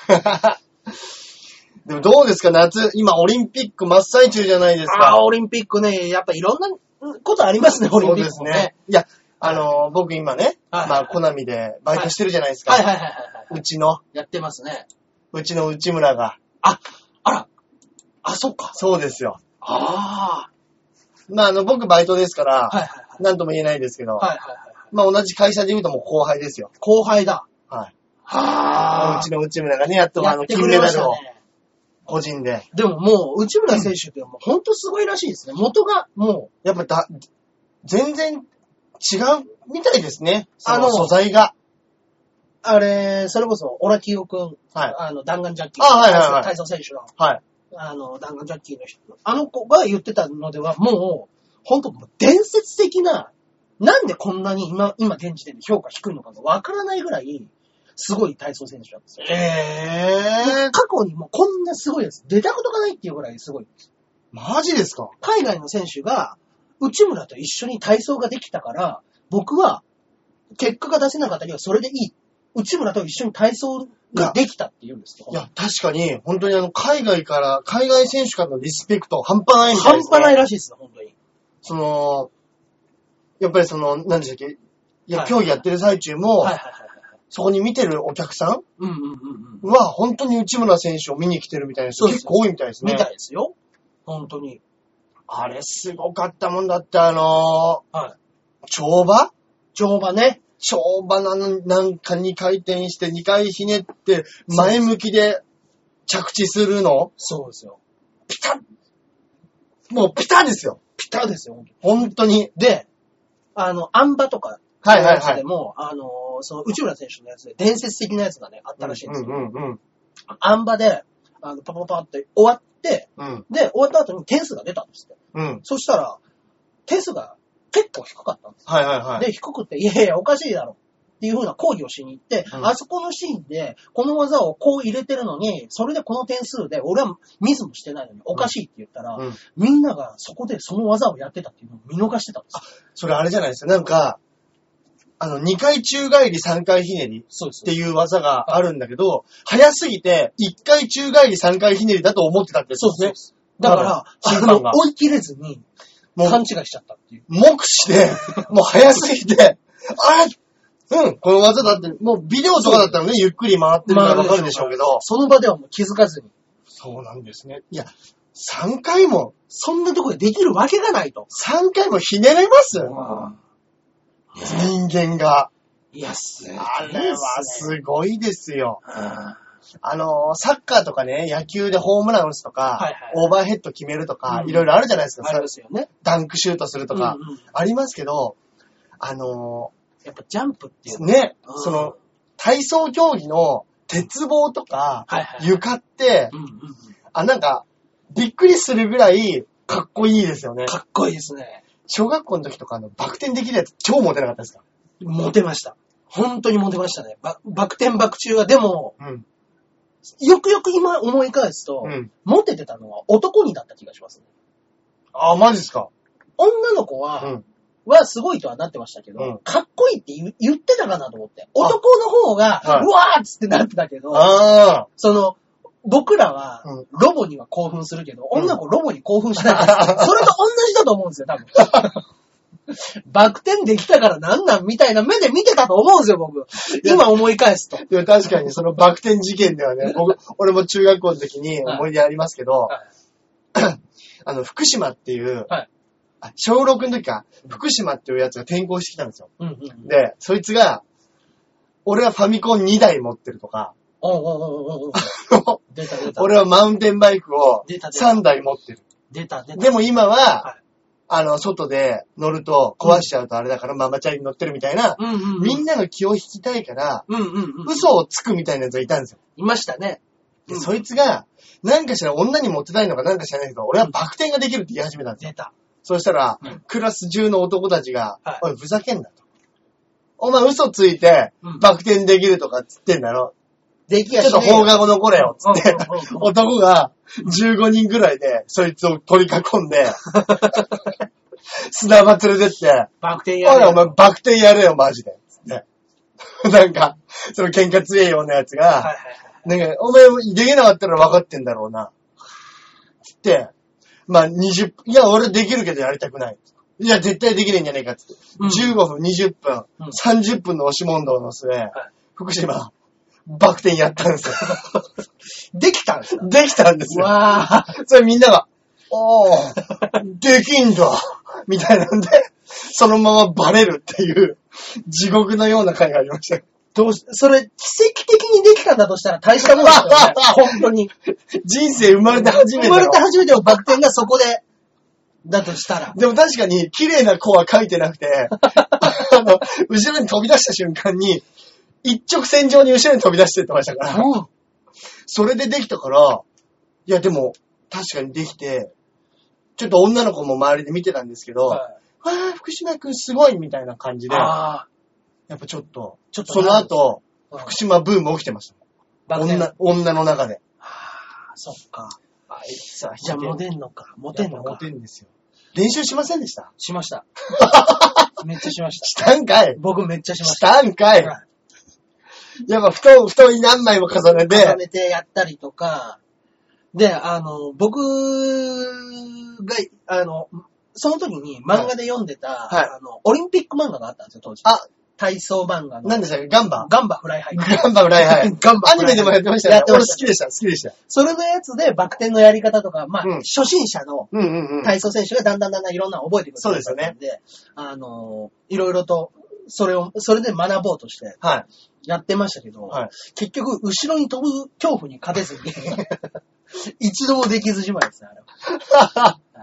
Speaker 2: でもどうですか、夏。今、オリンピック真っ最中じゃないです
Speaker 1: あ
Speaker 2: か
Speaker 1: あー、。オリンピックね、やっぱいろんなことありますね、オリ
Speaker 2: そ
Speaker 1: ン
Speaker 2: う
Speaker 1: ピ
Speaker 2: で
Speaker 1: ック
Speaker 2: す
Speaker 1: もね
Speaker 2: ね。。いや、あのー僕今ね、
Speaker 1: はい
Speaker 2: まあ、コナミでバイトしてるじゃないですか。
Speaker 1: はいはいはいはいは
Speaker 2: うちの、
Speaker 1: い。やってますね。
Speaker 2: うちの内村が。
Speaker 1: あら。あ、そっか。
Speaker 2: そうですよ。
Speaker 1: あ
Speaker 2: まあ、あの、僕バイトですから、
Speaker 1: あ。はいはいはい。
Speaker 2: なんとも言えないですけど、
Speaker 1: はいはいはい。
Speaker 2: まあ、同じ会社で言うともう後輩ですよ。
Speaker 1: 後輩だ。
Speaker 2: はい。
Speaker 1: は
Speaker 2: うちの内村がね、やっとあ
Speaker 1: や
Speaker 2: の、
Speaker 1: って
Speaker 2: 金
Speaker 1: く
Speaker 2: メ
Speaker 1: れま
Speaker 2: ダ
Speaker 1: した
Speaker 2: ルを
Speaker 1: ね。
Speaker 2: 個人で。
Speaker 1: でももう、内村選手ってもう本当すごいらしいですね。元がも
Speaker 2: やっぱだ、全然違うみたいですね。あ
Speaker 1: あ
Speaker 2: の、
Speaker 1: の
Speaker 2: 素材が。
Speaker 1: う、あれ、それこそ、オラキオくん、
Speaker 2: はい。
Speaker 1: あの、弾丸ジャッキー、
Speaker 2: あはいはいはい
Speaker 1: 体操選手の、
Speaker 2: はい。
Speaker 1: あの、弾丸ジャッキーの人、あの子が言ってたのでは、もう、本当もう伝説的な、なんでこんなに今、今現時点で評価低いのかがわからないぐらい、すごい体操選手なんですよ。
Speaker 2: ええー。
Speaker 1: 過去にもこんなすごいやつ、出たことがないっていうぐらいすごい。
Speaker 2: マジですか
Speaker 1: 海外の選手が、内村と一緒に体操ができたから、僕は、結果が出せなかったりはそれでいい。内村と一緒に体操ができたって言うんですよ。
Speaker 2: いや、確かに、本当にあの、海外から、海外選手からのリスペクト、半端ないみたい
Speaker 1: 半
Speaker 2: です、ね。
Speaker 1: 端ないらしいですね、本当に。
Speaker 2: その、やっぱりその、何でしたっけいや、
Speaker 1: はい
Speaker 2: 競技やってる最中も、
Speaker 1: はいはいはいはい。
Speaker 2: そこに見てるお客さ
Speaker 1: うんうんうんうん。
Speaker 2: んは、本当に内村選手を見に来てるみたいな人
Speaker 1: そうです
Speaker 2: 結構多いみたいですね。
Speaker 1: みたいですよ。本当に。
Speaker 2: あれ、すごかったもんだって、あの
Speaker 1: はい。
Speaker 2: ー、跳馬
Speaker 1: 乗馬ね。
Speaker 2: 跳馬なのなんか2回転して、2回ひねって、前向きで着地するの
Speaker 1: そうですよ。
Speaker 2: ピタッもうピタですよ。
Speaker 1: ピタですよ、本当に
Speaker 2: 本当に。
Speaker 1: で、あの、アンバとか、
Speaker 2: はいはいはい
Speaker 1: でも、あの、その内村選手のやつで伝説的なやつがね、あったらしいんですよ。
Speaker 2: うんうんうん。
Speaker 1: アンバで、あの、パパパって終わって、
Speaker 2: うん
Speaker 1: で、終わった後に点数が出たんですって。
Speaker 2: うん。
Speaker 1: そしたら、点数が結構低かったんです。
Speaker 2: はいはいはい。
Speaker 1: で、低くて、いやいや、おかしいだろ。っていう風な抗議をしに行って、
Speaker 2: うん
Speaker 1: あそこのシーンで、この技をこう入れてるのに、それでこの点数で、俺はミスもしてないのに、おかしいって言ったら、
Speaker 2: うん
Speaker 1: みんながそこでその技をやってたっていうのを見逃してたんですよ。
Speaker 2: それあれじゃないですか。なんか、あの、2回宙返り3回ひねりっ
Speaker 1: そうです
Speaker 2: ていう技があるんだけど、早すぎて1回宙返り3回ひねりだと思ってたってやつ
Speaker 1: そうですね。だから、
Speaker 2: 審
Speaker 1: あ
Speaker 2: 判
Speaker 1: の
Speaker 2: が、
Speaker 1: 追い切れずに、
Speaker 2: もう
Speaker 1: 勘違いしちゃったっていう。
Speaker 2: 目視で、もう早すぎて、あうん、この技だって、もうビデオとかだったらね、ゆっくり回ってるからわかるでしょうけど。
Speaker 1: その場ではもう気づかずに、
Speaker 2: そうなんですね。いや、3回も、
Speaker 1: そんなとこでできるわけがないと。
Speaker 2: 3回もひねれます人間が。
Speaker 1: いや、すげえ
Speaker 2: あれは
Speaker 1: ですね
Speaker 2: すごいですよ。
Speaker 1: は
Speaker 2: あのー、サッカーとかね、野球でホームラン打つと
Speaker 1: は
Speaker 2: か、
Speaker 1: いはい
Speaker 2: オーバーヘッド決めるとか、
Speaker 1: うん
Speaker 2: いろいろあるじゃないですか。
Speaker 1: いあれですよね。
Speaker 2: ダンクシュートするとか、
Speaker 1: うんうん
Speaker 2: ありますけど、あの
Speaker 1: やっぱジャンプっていう
Speaker 2: ー、ね、
Speaker 1: うん
Speaker 2: その、体操競技の鉄棒とか、
Speaker 1: はいはい。
Speaker 2: 床って
Speaker 1: う、んうんうん
Speaker 2: あ、なんか、びっくりするぐらい、かっこいいですよね。
Speaker 1: かっこいいですね。
Speaker 2: 小学校の時とか、あの、バク転できるやつ、超モテなかったですか
Speaker 1: モテました。本当にモテましたね。ばバク転バク中は、でも、
Speaker 2: うん。
Speaker 1: よくよく今思い返すと、
Speaker 2: うん。
Speaker 1: モテてたのは男にだった気がします、
Speaker 2: あ、マジですか
Speaker 1: 女の子は、
Speaker 2: うん
Speaker 1: はすごいとはなってましたけど、
Speaker 2: うん
Speaker 1: かっこいいって言言ってたかなと思って。男の方が、
Speaker 2: はいう
Speaker 1: わーっつってなってたけど、
Speaker 2: あ
Speaker 1: その、僕らは
Speaker 2: うん、
Speaker 1: ロボには興奮するけど、
Speaker 2: うん
Speaker 1: 女の子ロボに興奮 *laughs* しないから、それと同じだと思うんですよ、多分。バク転できたからなんなんみたいな目で見てたと思うんですよ、僕。今思い返すと。
Speaker 2: あ。でも確かに、そのバク転事件で
Speaker 1: *laughs*
Speaker 2: はね、僕、俺も中学校の時に思い出ありますけど、
Speaker 1: はい
Speaker 2: *coughs* あの、福島っていう、
Speaker 1: はい
Speaker 2: あ小6の時か、福島っていうやつが転校してきたんですよ。
Speaker 1: うんうんうん。
Speaker 2: で、そいつが、俺はファミコン2台持ってる
Speaker 1: *laughs*
Speaker 2: とか、
Speaker 1: おうおうおうおうおう。出た出た。
Speaker 2: 俺はマウンテンバイクを
Speaker 1: 出た出た
Speaker 2: 3台持ってる。
Speaker 1: 出た出た。
Speaker 2: でも今は、
Speaker 1: はい
Speaker 2: あの、外で乗ると壊しちゃうとあれだからママチャリに乗ってるみたいな、
Speaker 1: うんうんうん。
Speaker 2: みんなの気を引きたいから、
Speaker 1: うんうんうん。
Speaker 2: 嘘をつくみたいなやつがいたんですよ。
Speaker 1: いましたね。
Speaker 2: で、
Speaker 1: うん
Speaker 2: そいつが、なんかしら女にモテたいのかなんか知らないけど、俺はバク転ができるって言い始めたんですよ。
Speaker 1: 出た。
Speaker 2: そうしたら
Speaker 1: うん、
Speaker 2: クラス中の男たちが、
Speaker 1: はい
Speaker 2: おい、ふざけんなと。お前嘘ついて
Speaker 1: うん、
Speaker 2: バク転できるとかっつってんだろ。
Speaker 1: でき
Speaker 2: ちょ
Speaker 1: や
Speaker 2: っ
Speaker 1: し
Speaker 2: と
Speaker 1: ねえよ
Speaker 2: 放課後のこれよ、つって
Speaker 1: うんうんうん。
Speaker 2: 男が15人ぐらいで、そいつを取り囲んで、砂場連れてって、
Speaker 1: バク転や
Speaker 2: おい
Speaker 1: る。
Speaker 2: お前バク転やれよ、マジで。つって。なんか、その喧嘩強いようなやつが、
Speaker 1: はいはいはい。
Speaker 2: なんか、お前もできなかったら分かってんだろうな。つって、まあ20、いや、俺できるけどやりたくない。いや、絶対できねえんじゃねえかっつって。
Speaker 1: うん
Speaker 2: 15分、20分、
Speaker 1: うん
Speaker 2: 30分の押し問答の末、福島、バク転やったんです
Speaker 1: できたんですか
Speaker 2: よ。できたんですよ。
Speaker 1: わー。
Speaker 2: それみんなが、おー、 *laughs* できんだみたいなんで、そのままバレるっていう、地獄のような回がありました。
Speaker 1: どうし、それ、奇跡的にできたんだとしたら大したもんです *laughs* よね。本当に。
Speaker 2: 人生生まれて初め
Speaker 1: 生
Speaker 2: ての。
Speaker 1: まれて初めてのバク転がそこで、だとしたら。
Speaker 2: でも確かに、綺麗な子は書いてなく
Speaker 1: *laughs*
Speaker 2: て、あの、後ろに飛び出した瞬間に、一直線上に後ろに飛び出してってましたから、
Speaker 1: うん。
Speaker 2: それでできたから、いやでも、確かにできて、ちょっと女の子も周りで見てたんですけど、わー、福島くんすごいみたいな感じで、や
Speaker 1: ああ。
Speaker 2: っぱちょっと、
Speaker 1: ちょっと
Speaker 2: その後、
Speaker 1: うん
Speaker 2: 福島ブーム起きてました。
Speaker 1: バク転。
Speaker 2: 女、女の中で。
Speaker 1: あそっか。
Speaker 2: あいつは
Speaker 1: じゃあ、モテんのか。モテんの
Speaker 2: モ
Speaker 1: か。
Speaker 2: テんですよ。練習しませんでした
Speaker 1: しま *laughs* した。めっちゃしました。
Speaker 2: したんかい
Speaker 1: 僕めっちゃしま
Speaker 2: し
Speaker 1: した。
Speaker 2: たんかいやっぱ布団、布団に何枚も重ね
Speaker 1: 重
Speaker 2: て、
Speaker 1: ねてやったりとか、で、あの、僕が、あの、その時に漫画で読んでた、
Speaker 2: はい
Speaker 1: あの、オリンピック漫画があったんですよ、当時。
Speaker 2: あ、
Speaker 1: 体操漫画の。
Speaker 2: 何でしたっけガンバ
Speaker 1: ガンバフライハイ。
Speaker 2: ガンバフライハ
Speaker 1: *laughs*
Speaker 2: イ。
Speaker 1: ガンバ
Speaker 2: アニメでもやってましたよね。
Speaker 1: やってま
Speaker 2: 俺好
Speaker 1: した
Speaker 2: きでした、好きでした。
Speaker 1: それのやつでバク転のやり方とか、まあ、
Speaker 2: うん
Speaker 1: 初心者の
Speaker 2: うんうんうん。
Speaker 1: 体操選手がだんだんだんだんいろんなのを覚えてくる
Speaker 2: そうですよね
Speaker 1: んで、あの、いろいろと、それを、それで学ぼうとして
Speaker 2: はい。
Speaker 1: やってましたけど、
Speaker 2: はい
Speaker 1: 結局、後ろに飛ぶ恐怖に勝てずに、 *laughs* 一度もできずじまいですね、あれは。
Speaker 2: *laughs*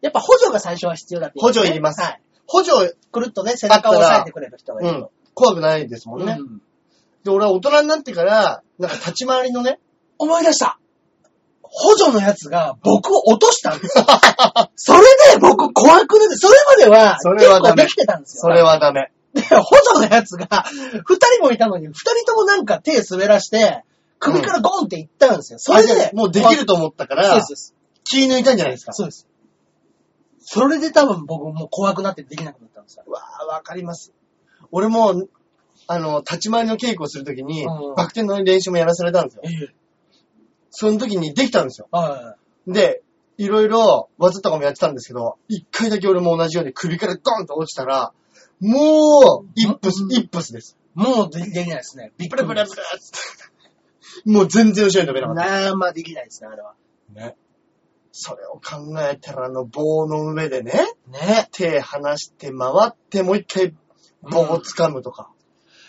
Speaker 1: やっぱ補助が最初は必要だって言いね
Speaker 2: 補助いります
Speaker 1: はい。
Speaker 2: 補助、
Speaker 1: くるっとね、背中を押さえてくれる人が
Speaker 2: う
Speaker 1: いる
Speaker 2: ん
Speaker 1: と。。
Speaker 2: 怖くないですもんね
Speaker 1: う。ん
Speaker 2: で、俺は大人になってから、なんか立ち回りのね、
Speaker 1: 思い出した補助のやつが僕を落としたんです
Speaker 2: *laughs*
Speaker 1: よ。それで僕怖くなって、それまでは
Speaker 2: それ
Speaker 1: 結
Speaker 2: は
Speaker 1: 構
Speaker 2: ダメ
Speaker 1: できてたんですよ。
Speaker 2: それはダメ。
Speaker 1: で、補助のやつが、二人もいたのに、二人ともなんか手滑らして、首からゴンっていったんですよ。それ
Speaker 2: あじゃ
Speaker 1: で
Speaker 2: あ、もうできると思ったか
Speaker 1: そう
Speaker 2: ら
Speaker 1: です、そうです。
Speaker 2: 気抜いたんじゃないですか。
Speaker 1: そうです。それで多分僕もう怖くなってできなくなったんですよ。
Speaker 2: うわー、わかります。俺も、あの、立ち回りの稽古をするときに
Speaker 1: うん、
Speaker 2: バク転の練習もやらされたんですよ。
Speaker 1: ええ。
Speaker 2: その時にできたんですよ。
Speaker 1: は
Speaker 2: で、いろいろ技とかもやってたんですけど、一回だけ俺も同じように首からドンと落ちたら、もう、イップス
Speaker 1: う、ん
Speaker 2: イップスです。
Speaker 1: い。もうできないですね。びっ
Speaker 2: ブ
Speaker 1: く
Speaker 2: ル
Speaker 1: り
Speaker 2: ブルブルってもう全然後ろに飛べなかった。
Speaker 1: なあ、まあできないですね、あれは。
Speaker 2: ね。それを考えたら、あの棒の上でね、
Speaker 1: ね
Speaker 2: 手離して回って、もう一回棒を掴むとか。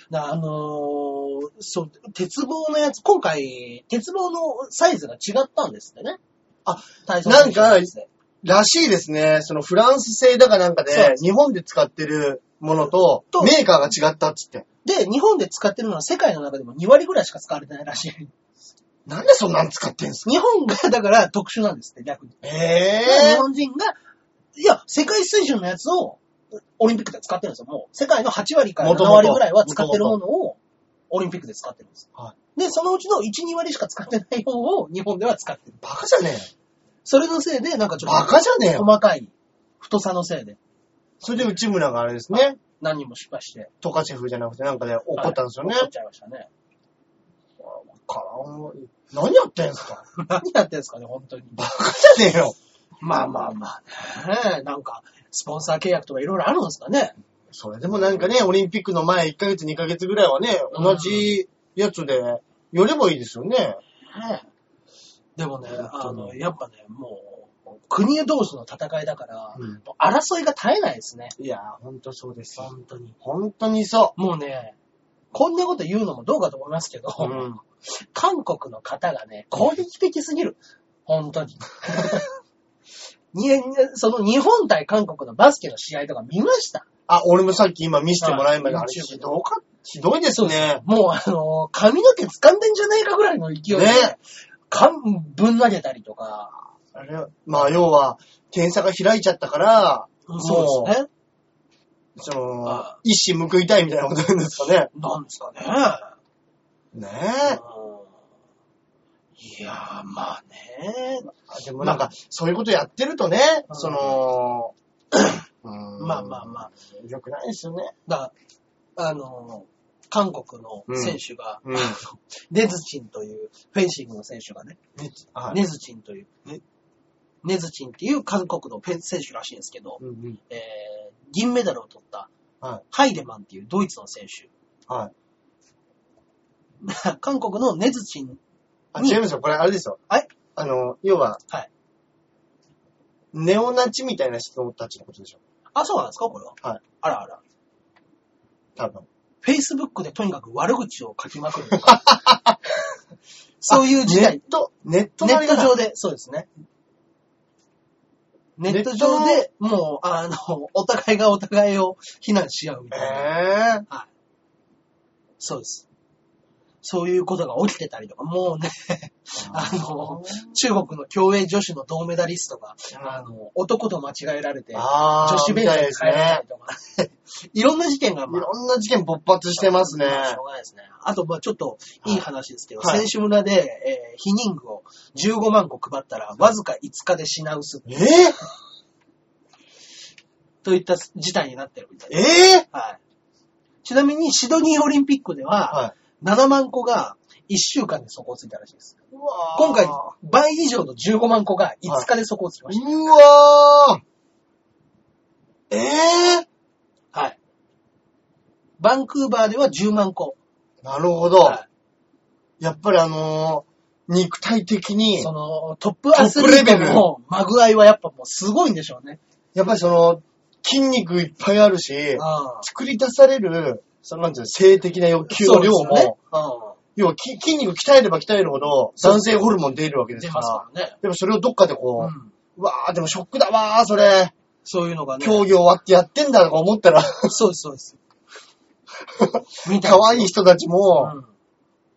Speaker 1: なあのーそう、鉄棒のやつ、今回、鉄棒のサイズが違ったんですってね。
Speaker 2: あ、
Speaker 1: 体操選手のやつで
Speaker 2: らしいですね。そのフランス製だかなんか
Speaker 1: そう
Speaker 2: で、日本で使ってるものと
Speaker 1: と、
Speaker 2: メーカーが違ったっつって。
Speaker 1: で、日本で使ってるのは世界の中でも2割ぐらいしか使われてないらしい。 *laughs*
Speaker 2: なんでそんなん使ってんすか
Speaker 1: 日本が、だから特殊なんですって、逆に。
Speaker 2: え
Speaker 1: 日
Speaker 2: え
Speaker 1: 本人が、いや、世界水準のやつを、オリンピックで使ってるんですよ。もう、世界の8割から7
Speaker 2: 元々
Speaker 1: 割ぐらいは使ってるものを、オリンピックで使ってるんですよ。
Speaker 2: は
Speaker 1: で、そのうちの1、2割しか使ってない方を日本では使ってる。
Speaker 2: バカじゃねえ。
Speaker 1: それのせいで、なんかちょ
Speaker 2: バ
Speaker 1: っ
Speaker 2: カじゃねえ
Speaker 1: と
Speaker 2: よ。
Speaker 1: 細かい太さのせいで
Speaker 2: それで内村があれですね、
Speaker 1: 何人も失敗して
Speaker 2: トカチェフじゃなくてなんかで怒ったんですよね。
Speaker 1: 怒っちゃいました
Speaker 2: *laughs*
Speaker 1: ね。
Speaker 2: から何やってんすか
Speaker 1: 何やってんですかね、本当に。
Speaker 2: バカじゃねえよ。
Speaker 1: まあまあまあね。なんか、スポンサー契約とかいろいろあるんですかね。
Speaker 2: それでもなんかね、オリンピックの前1ヶ月2ヶ月ぐらいはね、同じやつで寄ればいいですよね。
Speaker 1: ねでもね、あ
Speaker 2: 本当に
Speaker 1: の、やっぱね、もう、国同士の戦いだから、
Speaker 2: うん
Speaker 1: もう争いが絶えないですね。
Speaker 2: いやー、ほんとそうですよ。
Speaker 1: 本当に。
Speaker 2: ほんとにそ
Speaker 1: もうね、こんなこと言うのもどうかと思いますけど、
Speaker 2: う。うん。
Speaker 1: 韓国の方がね、攻撃的すぎる。本当に。 *laughs* にその日本対韓国のバスケの試合とか見ました
Speaker 2: あ、俺もさっき今見せてもらいまで、
Speaker 1: はい
Speaker 2: あれひどかひどいですね。
Speaker 1: もうあの、髪の毛掴んでんじゃないかぐらいの勢いで、
Speaker 2: ね
Speaker 1: かんぶん投げたりとか、
Speaker 2: あれまあ、要は、点差が開いちゃったから、
Speaker 1: そうですね。
Speaker 2: その
Speaker 1: あ、
Speaker 2: 一矢報いたいみたいなことなんですかね。
Speaker 1: なんですかね。
Speaker 2: ね
Speaker 1: うん
Speaker 2: え。
Speaker 1: いやー、まあね。
Speaker 2: あでもなんか、そういうことやってるとね、
Speaker 1: うん *coughs*
Speaker 2: その、
Speaker 1: まあまあまあ。
Speaker 2: あ。よくないですよね。
Speaker 1: だあのー、韓国の選手が、 *laughs*
Speaker 2: うんうん
Speaker 1: ネズチンという、フェンシングの選手がね、
Speaker 2: ね、はい。
Speaker 1: ネズチンという
Speaker 2: ね、
Speaker 1: ネズチンっていう韓国のペン選手らしいんですけど、
Speaker 2: うんうん。
Speaker 1: えー銀メダルを取った
Speaker 2: はい。
Speaker 1: ハイデマンっていうドイツの選手。
Speaker 2: はい。
Speaker 1: *laughs* 韓国のネズチン、
Speaker 2: あ、
Speaker 1: うん
Speaker 2: 違いますよ。これあれですよ。
Speaker 1: はい。
Speaker 2: あの、要は、
Speaker 1: はい。
Speaker 2: ネオナチみたいな人たちのことでしょ。
Speaker 1: あ、そうなんですかこれは。
Speaker 2: はい。
Speaker 1: あらあら。
Speaker 2: 多分。
Speaker 1: Facebook でとにかく悪口を書きま *laughs* くるとか。そういう時
Speaker 2: ネ
Speaker 1: 代
Speaker 2: ッ。ト、ネット
Speaker 1: ネ
Speaker 2: の
Speaker 1: ッ
Speaker 2: あれ
Speaker 1: ト
Speaker 2: かな
Speaker 1: 上で、そうですね。ネ
Speaker 2: ネ
Speaker 1: ッ
Speaker 2: ッ
Speaker 1: ト
Speaker 2: ト
Speaker 1: 上で、もう、あの、お互いがお互いを非難し合うみたいな。
Speaker 2: ええ
Speaker 1: そうです。そういうことが起きてたりとか、もうね、あの、中国の競泳女子の銅メダリストが、あの、男と間違えられて、女
Speaker 2: あー
Speaker 1: 子
Speaker 2: み
Speaker 1: 弁
Speaker 2: た
Speaker 1: 当
Speaker 2: い
Speaker 1: に
Speaker 2: です
Speaker 1: 変えられた
Speaker 2: ね
Speaker 1: り。とか、いろんな事件が、
Speaker 2: い
Speaker 1: まあ、
Speaker 2: ろんな事件勃発してますね。
Speaker 1: しょうがないですね。あと、まあちょっと、いい話ですけど、
Speaker 2: はい
Speaker 1: 選手村で、えー、避妊具を15万個配ったら、わずか5日で品薄
Speaker 2: え
Speaker 1: といった事態になってるみたい
Speaker 2: え
Speaker 1: で
Speaker 2: ええ
Speaker 1: す。はい。ちなみに、シドニーオリンピックでは、
Speaker 2: はい。
Speaker 1: 7万個が1週間で底をついたらしいです。
Speaker 2: うわ
Speaker 1: 今回、倍以上の15万個が5日で底をつきまし
Speaker 2: うわーええ
Speaker 1: た。はい。バンクーバーでは10万個。
Speaker 2: なるほど。
Speaker 1: は
Speaker 2: やっぱりあのー肉体的
Speaker 1: い。
Speaker 2: に
Speaker 1: そ、の、トップアスリー
Speaker 2: トッ
Speaker 1: ト
Speaker 2: プレベル
Speaker 1: のまぐ合いはやっぱもうすごいんでしょうね。
Speaker 2: やっぱりその、筋肉いっぱいあるし、
Speaker 1: あ
Speaker 2: 作り出される、そのなんていうの、性的な欲
Speaker 1: あ
Speaker 2: 求の量
Speaker 1: そう
Speaker 2: も、
Speaker 1: ですよねうん
Speaker 2: 要はき筋肉鍛えれば鍛えるほど、男性ホルモン出るわけです
Speaker 1: 出
Speaker 2: か
Speaker 1: ます
Speaker 2: ら。
Speaker 1: からね。
Speaker 2: でもそれをどっかでこう、
Speaker 1: ん。
Speaker 2: うわー、でもショックだわー、それ。
Speaker 1: そういうのがね。
Speaker 2: 競技終わってやってんだとか思ったら、
Speaker 1: そうです、そうです。
Speaker 2: *laughs*
Speaker 1: み
Speaker 2: 可
Speaker 1: い
Speaker 2: 愛い人たちも、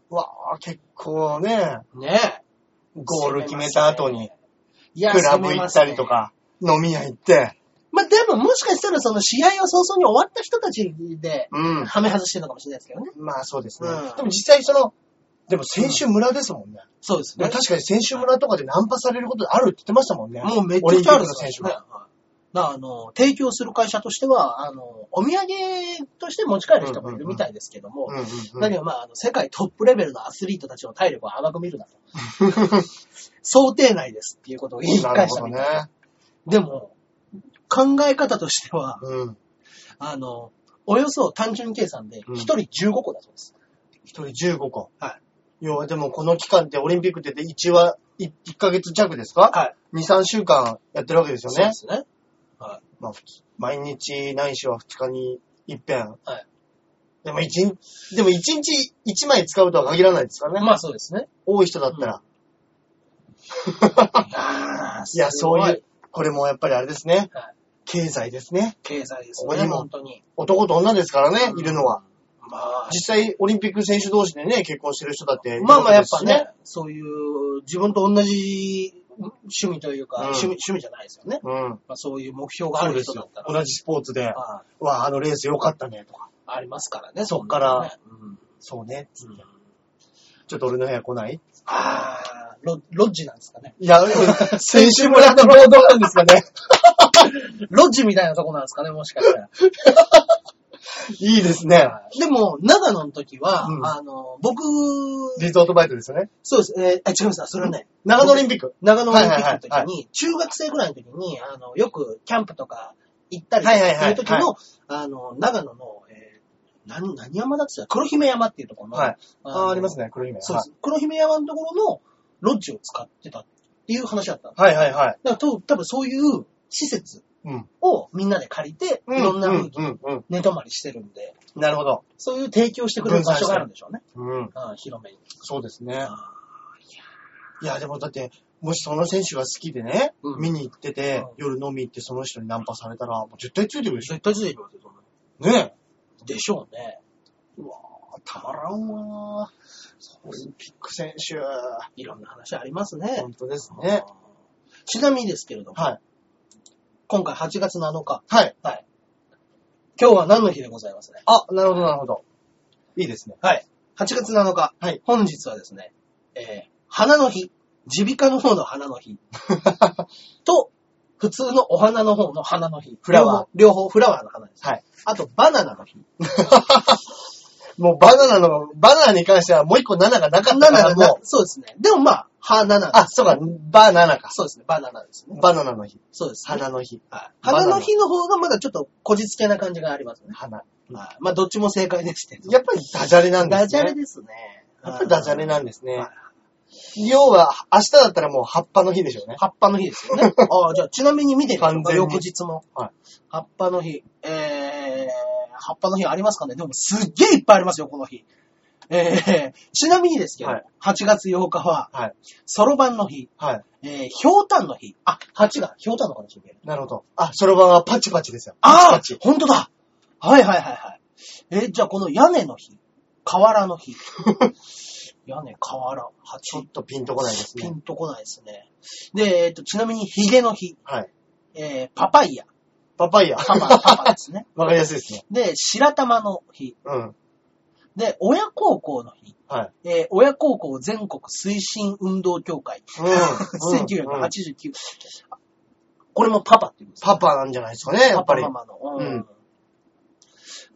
Speaker 2: うわー、結構ね、
Speaker 1: うんねえ。
Speaker 2: ゴール決めた後に、
Speaker 1: いや
Speaker 2: クラブ行ったりと。
Speaker 1: 攻めますね
Speaker 2: か、飲み屋行って、
Speaker 1: まあでももしかしたらその試合を早々に終わった人たちで、
Speaker 2: うん。
Speaker 1: はめ外してるのかもしれないですけどね。
Speaker 2: まあそうですね
Speaker 1: うん。
Speaker 2: でも実際その、でも選手村ですもんね。
Speaker 1: そうです
Speaker 2: でも確かに選手村とかでナンパされることあるって言ってましたもんね。
Speaker 1: もうめっ
Speaker 2: オリン
Speaker 1: ち
Speaker 2: ピ
Speaker 1: ゃ
Speaker 2: ッ
Speaker 1: あ
Speaker 2: ク
Speaker 1: る
Speaker 2: の選手
Speaker 1: ね。
Speaker 2: 村。
Speaker 1: だからあの、提供する会社としては、あの、お土産として持ち帰る人もいるみたいですけども、
Speaker 2: うんうんう
Speaker 1: 何
Speaker 2: ん。
Speaker 1: よまあ、あの、世界トップレベルのアスリートたちの体力を甘く見るなと。想定内ですっていうことを言い
Speaker 2: なる
Speaker 1: 返し
Speaker 2: ほ
Speaker 1: た
Speaker 2: ど
Speaker 1: みたい
Speaker 2: ね
Speaker 1: な。。でも、考え方としては、
Speaker 2: うん。
Speaker 1: あの、およそ単純計算で、
Speaker 2: うん
Speaker 1: 一人15個だそうです。
Speaker 2: 一人15個。
Speaker 1: はい。
Speaker 2: 要はでもこの期間ってオリンピックって1話、1ヶ月弱ですか
Speaker 1: はい。
Speaker 2: ?2、3週間やってるわけですよ
Speaker 1: そう
Speaker 2: ね
Speaker 1: で。すね。は
Speaker 2: まあ、普通毎日ないしは2日に一遍。
Speaker 1: はい。
Speaker 2: でも1日、でも一日1枚使うとは限らないですから
Speaker 1: い。
Speaker 2: ね。
Speaker 1: まあそうですね。
Speaker 2: 多い人だったら。いや、そういう、これもやっぱりあれですね。
Speaker 1: はい
Speaker 2: 経済ですね。
Speaker 1: 経済です
Speaker 2: ここ
Speaker 1: ね、
Speaker 2: にも
Speaker 1: 本当に。
Speaker 2: 男と女ですからね、いるのは。
Speaker 1: まあ、
Speaker 2: 実際、オリンピック選手同士でね、結婚してる人だっている
Speaker 1: まあまあや
Speaker 2: わ
Speaker 1: っ
Speaker 2: けです
Speaker 1: ぱ
Speaker 2: し
Speaker 1: ね。、そういう自分と同じ趣味というか、
Speaker 2: うん
Speaker 1: 趣味趣味じゃないですよね。
Speaker 2: うん。
Speaker 1: まあ、そういう目標があ
Speaker 2: そう
Speaker 1: る
Speaker 2: です
Speaker 1: 人だ
Speaker 2: よ
Speaker 1: った。ら、
Speaker 2: 同じスポーツで、
Speaker 1: あ
Speaker 2: わあ、あのレース良かったね、とか。
Speaker 1: あありますからね、そっ
Speaker 2: から
Speaker 1: うん
Speaker 2: そうね。
Speaker 1: うん
Speaker 2: ちょっと俺の部屋来ない
Speaker 1: ああ、ロロッジなんですかね。
Speaker 2: い *laughs* や、選手村の労働なんですかね。
Speaker 1: ロッジみたいなとこなんですかね、もしか
Speaker 2: *laughs*
Speaker 1: したら。
Speaker 2: *laughs* いいですね。
Speaker 1: でも、長野の時は、
Speaker 2: うん
Speaker 1: あの、僕、
Speaker 2: リゾートバイトですよね。
Speaker 1: そうです、えーあ違います、それはね、
Speaker 2: 長野オリンピック。
Speaker 1: 長野オリンピックの時に、
Speaker 2: はいはいはい
Speaker 1: 中学生ぐらいの時に、あの、よくキャンプとか行ったり
Speaker 2: はいはいはい
Speaker 1: する時の、あの、長野の、えー何、何山だっつった黒姫山っていうところの、
Speaker 2: はい。
Speaker 1: の
Speaker 2: ああ、ありますね、黒姫。
Speaker 1: そうです。黒姫山のところのロッジを使ってたっていう話だったの。だか
Speaker 2: はいはいはい。
Speaker 1: らと多分そういう施設
Speaker 2: うん。
Speaker 1: をみんなで借りて、いろんな
Speaker 2: う
Speaker 1: 風
Speaker 2: ん
Speaker 1: に
Speaker 2: うんうん。
Speaker 1: 寝泊まりしてるんで、
Speaker 2: なるほど。
Speaker 1: そういう提供してくれる場所があるんでしょうね。
Speaker 2: うん。
Speaker 1: ああ広めに。
Speaker 2: そうですね
Speaker 1: あ。
Speaker 2: いや、でもだって、もしその選手が好きでね、
Speaker 1: うん
Speaker 2: 見に行ってて、
Speaker 1: うん
Speaker 2: 夜飲み行ってその人にナンパされたら、もう絶対ついてくるでしょ。
Speaker 1: 絶対ついてきますよ、そんなの
Speaker 2: ね
Speaker 1: でしょうね。
Speaker 2: え。たまらんわオリンピック選手。
Speaker 1: いろんな話ありますね。
Speaker 2: 本当ですね。
Speaker 1: ちなみにですけれども、
Speaker 2: はい。
Speaker 1: 今回8月7日、
Speaker 2: はい。
Speaker 1: 今日は何の日でございますね。
Speaker 2: あ、なるほど、なるほど。いいですね。
Speaker 1: はい。 8月7日、
Speaker 2: はい
Speaker 1: 本日はですね、えー花の日、耳鼻科の方の花の
Speaker 2: *laughs*
Speaker 1: 日と、普通のお花の方の花の日。
Speaker 2: フラワー
Speaker 1: 両方。両方フラワーの花です。
Speaker 2: はい。
Speaker 1: あと、バナナの日。
Speaker 2: もうバナナの、バナナに関してはもう一個7がなかったから
Speaker 1: がな
Speaker 2: も
Speaker 1: *laughs*
Speaker 2: う、
Speaker 1: そうですね。でもまあ、花な
Speaker 2: あ、そうか、バナナか。
Speaker 1: そうですね、バナナですね。
Speaker 2: バナナの日。
Speaker 1: そうです、ね。
Speaker 2: 花の日。
Speaker 1: はい
Speaker 2: バナナ
Speaker 1: 花の日の方がまだちょっとこじつけな感じがありますね。
Speaker 2: 花。うん
Speaker 1: はいまあ、どっちも正解でして。
Speaker 2: やっぱりダジャレなんですね。
Speaker 1: ダジャレですね。
Speaker 2: やっぱりダジャレなん
Speaker 1: で
Speaker 2: ですね
Speaker 1: は。
Speaker 2: 要は、明日だったらもう葉っぱの日でしょうね。
Speaker 1: 葉っぱの日ですよ
Speaker 2: *laughs*
Speaker 1: ね。ああ、じゃあ、ちなみに見てみましょう
Speaker 2: 完
Speaker 1: か、
Speaker 2: 全に
Speaker 1: 翌日も。
Speaker 2: はい
Speaker 1: 葉っぱの日。えー、葉っぱの日ありますかねでも、すっげえいっぱいありますよ、この日。えー、ちなみにですけど、
Speaker 2: はい
Speaker 1: 8月8日は、
Speaker 2: はい。
Speaker 1: そろばんの日、
Speaker 2: はい。
Speaker 1: えー、ひょうたんの日。あ、8が、ひょうたんの話を見える。
Speaker 2: なるほど。あ、そろばんはパチパチですよ。
Speaker 1: ああ
Speaker 2: パチパチ。
Speaker 1: ほんとだはいはいはいはい。えーじゃあこの屋根の日、瓦
Speaker 2: *laughs*
Speaker 1: の日。屋根、瓦、
Speaker 2: ちょっ
Speaker 1: 鉢。
Speaker 2: とピンとこないです
Speaker 1: ピ
Speaker 2: ね。
Speaker 1: ンとこないですね。で、えっと、ちなみにヒゲの日、
Speaker 2: はい。
Speaker 1: えーパパイヤ。
Speaker 2: パパイヤ。
Speaker 1: パパ、パパですね。
Speaker 2: *laughs* わかりやすいですね。
Speaker 1: で、白玉の日。
Speaker 2: うん。
Speaker 1: で、親孝行の日。
Speaker 2: はい。
Speaker 1: えー親孝行全国推進運動協会。
Speaker 2: うん。うん
Speaker 1: 1989、
Speaker 2: うん
Speaker 1: これもパパって言うんです
Speaker 2: パパなんじゃないですかね、や
Speaker 1: パ
Speaker 2: っぱ
Speaker 1: パ
Speaker 2: り
Speaker 1: マ。マの。うん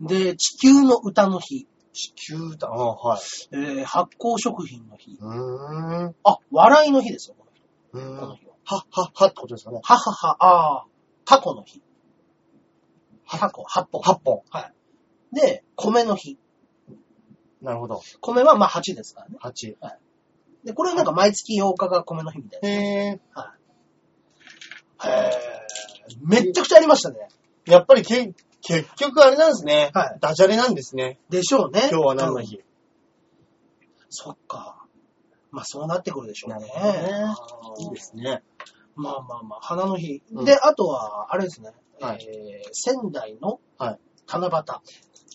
Speaker 1: で、地球の歌の日。
Speaker 2: 地球だ。あはい。
Speaker 1: えー発酵食品の日。
Speaker 2: うーん。
Speaker 1: あ、笑いの日ですよ、この日。
Speaker 2: うーん。
Speaker 1: この
Speaker 2: は、
Speaker 1: 日は。
Speaker 2: は、はってことですかね。
Speaker 1: ははは、あータコの日。タコ、8本。
Speaker 2: 8本。
Speaker 1: で、米の日。
Speaker 2: なるほど。
Speaker 1: 米はまあ8ですからね。
Speaker 2: 8。
Speaker 1: で、これなんか毎月8日が米の日みたい
Speaker 2: へえ。
Speaker 1: な。へーめっちゃくちゃありましたね。
Speaker 2: やっぱりけ、結局あれなんですね。
Speaker 1: はい
Speaker 2: ダジャレなんですね。
Speaker 1: でしょうね。
Speaker 2: 今日は何の日
Speaker 1: そっか。まあそうなってくるでしょうね。
Speaker 2: なるほどね
Speaker 1: あー
Speaker 2: いいですね。
Speaker 1: まあまあまあ、花の日。
Speaker 2: うん
Speaker 1: で、あとは、あれですね。
Speaker 2: はい
Speaker 1: えー仙台の
Speaker 2: は
Speaker 1: 七
Speaker 2: い
Speaker 1: 夕。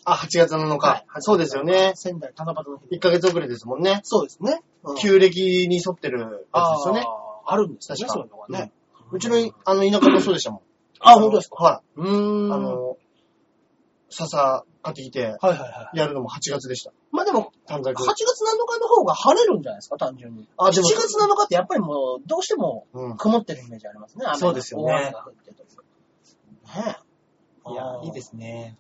Speaker 2: あ、8月7日。
Speaker 1: はい
Speaker 2: そうですよね。
Speaker 1: 仙台七夕の日。
Speaker 2: 1ヶ月遅れですもんね。
Speaker 1: そうですね。うん
Speaker 2: 旧暦に沿ってるやつですよね。
Speaker 1: あーあるんですね、
Speaker 2: 確か
Speaker 1: そういうのがね。
Speaker 2: うちの、あの、田舎もそうでしたもん。
Speaker 1: あ、本当ですか。
Speaker 2: は
Speaker 1: うー
Speaker 2: い。
Speaker 1: ん。は
Speaker 2: あ
Speaker 1: い
Speaker 2: の、笹買ってきて、
Speaker 1: はいはい。
Speaker 2: やるのも8月でした。
Speaker 1: まあでも、
Speaker 2: 短
Speaker 1: 8
Speaker 2: 冊
Speaker 1: 月7。日の方が晴れるんじゃないですか、単純に。
Speaker 2: あ
Speaker 1: 7月7日ってやっぱりもう、どうしても
Speaker 2: うん。
Speaker 1: 曇ってるイメージありますね、雨が
Speaker 2: そうですよね
Speaker 1: 大雨が降ってるというねえ。
Speaker 2: いや
Speaker 1: あ、ー
Speaker 2: いいで。すね。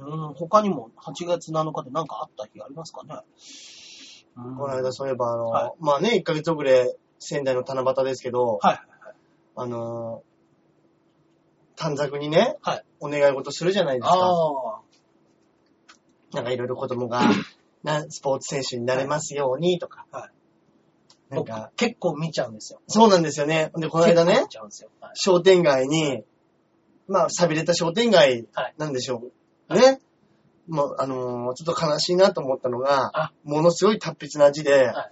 Speaker 1: うん他にも8月7日って何かあった日ありますかね。うん
Speaker 2: この間、そういえば、あの、
Speaker 1: はい
Speaker 2: まあね、1ヶ月遅れ、仙台の七夕ですけど、
Speaker 1: はい。
Speaker 2: あの、短冊にね、
Speaker 1: はい
Speaker 2: お願い事するじゃないです
Speaker 1: あ
Speaker 2: か。
Speaker 1: あ。
Speaker 2: なんかいろいろ子
Speaker 1: *laughs*
Speaker 2: 供が、なスポーツ選手になれますようにとか。
Speaker 1: は
Speaker 2: なん
Speaker 1: 僕
Speaker 2: か、
Speaker 1: 結構見ちゃうんですよ。
Speaker 2: そうなんですよね。で、この
Speaker 1: 結
Speaker 2: 間
Speaker 1: 構
Speaker 2: ね
Speaker 1: 見、ちゃうんですよ。はい
Speaker 2: 商店街に、まあ、寂れた商店街
Speaker 1: はい
Speaker 2: なんでしょう。ね。もう、あのーちょっと悲しいなと思ったのが
Speaker 1: あ、
Speaker 2: ものすごい達筆な字で、
Speaker 1: はい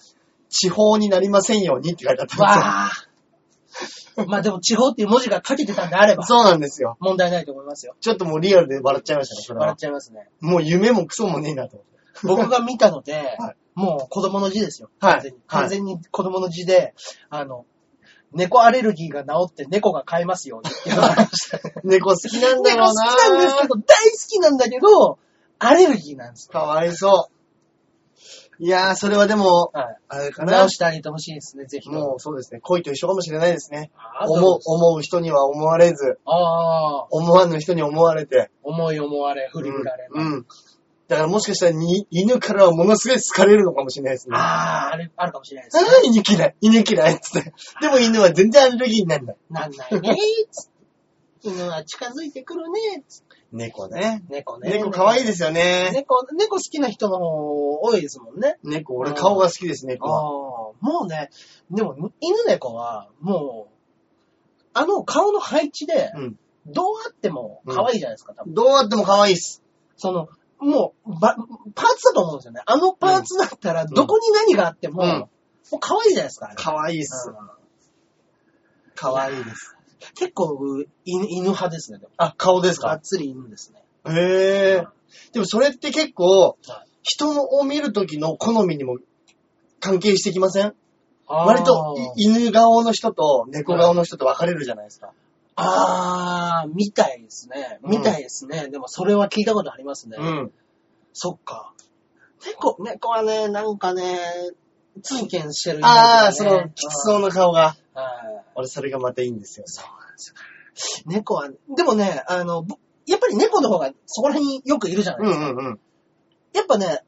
Speaker 2: 地方になりませんようにって書いてあったんですよ。
Speaker 1: わあ。まあでも、地方っていう文字が書けてたんであれば、
Speaker 2: そうなんですよ。
Speaker 1: 問題ないと思いますよ。
Speaker 2: ちょっともうリアルで笑っちゃいましたね、それ
Speaker 1: 笑っ
Speaker 2: は。
Speaker 1: ちゃいますね。
Speaker 2: もう夢もクソもねえなと。
Speaker 1: 僕が見たので
Speaker 2: *laughs* はい、
Speaker 1: もう子供の字ですよ。
Speaker 2: はい
Speaker 1: 完全に完全に子供の字で、あの、猫アレルギーが治って猫が飼えますようにっていうのがありました。
Speaker 2: *laughs* 猫好きなんだ
Speaker 1: 猫
Speaker 2: ろ
Speaker 1: 好
Speaker 2: う
Speaker 1: き
Speaker 2: な
Speaker 1: なんですけど、大好きなんだけど、アレルギーなんですよ。
Speaker 2: かわいそう。いやー、それはでも、
Speaker 1: はい。
Speaker 2: あれかな
Speaker 1: 直。してあげてほしいですね、ぜひとも。
Speaker 2: もうそうですね、恋と一緒かもしれないですね。
Speaker 1: あー
Speaker 2: 思う、思う人には思われず、
Speaker 1: ああ、
Speaker 2: 思わぬ人に思われて。
Speaker 1: 思い思われ、振り振られ。
Speaker 2: うん。うんだからもしかしたらに、犬からはものすごい好かれるのかもしれないですね。あ
Speaker 1: ああ、ある、あるかもしれないです
Speaker 2: あ
Speaker 1: ね。
Speaker 2: ー、犬嫌い、犬嫌いっつって。でも犬は全然アレルギーになるんだ。
Speaker 1: なんないね。つって犬は近づいてくるね。つって
Speaker 2: 猫ね。
Speaker 1: 猫ね。
Speaker 2: 猫可愛い
Speaker 1: い
Speaker 2: ですよね。
Speaker 1: 猫、猫好きな人の方多いですもんね。
Speaker 2: 猫、俺顔が好きです、
Speaker 1: あ
Speaker 2: 猫
Speaker 1: あ
Speaker 2: は。、
Speaker 1: もうね、でも犬猫は、もう、あの顔の配置で、
Speaker 2: うん。
Speaker 1: どうあっても可愛いじゃないですか、多分。
Speaker 2: どうあっても可愛いっす。
Speaker 1: その、もう、ば、パーツだと思うんですよね。あのパーツだったら、どこに何があっても、
Speaker 2: うん
Speaker 1: もう可愛いじゃないですか、あれ
Speaker 2: 可愛いっす
Speaker 1: う。ん
Speaker 2: 可愛いです。
Speaker 1: 結構僕、犬、犬派ですね、でも。
Speaker 2: あ、顔です
Speaker 1: がっ
Speaker 2: か
Speaker 1: つり犬ですね。
Speaker 2: へえ
Speaker 1: うん。
Speaker 2: でもそれって結構
Speaker 1: はい、
Speaker 2: 人を見るときの好みにも関係してきません割とい犬顔の人と猫顔の人と分かれるじゃないですか。
Speaker 1: あー、みたいですね。
Speaker 2: うん
Speaker 1: みたいですね。でもそれは聞いたことありますね。
Speaker 2: ん。
Speaker 1: そっか。
Speaker 2: 猫、猫はね、なんかね、
Speaker 1: ツンケンしてる、
Speaker 2: ああ、その、きつそう
Speaker 1: う。
Speaker 2: な顔が。
Speaker 1: はい
Speaker 2: 俺、それがまたいいんですよ。
Speaker 1: そうなんですよ。猫は、でもね、あの、ぼやっぱり猫の方がそこら辺によくいるじゃない、
Speaker 2: うんうんうん。
Speaker 1: やっぱね、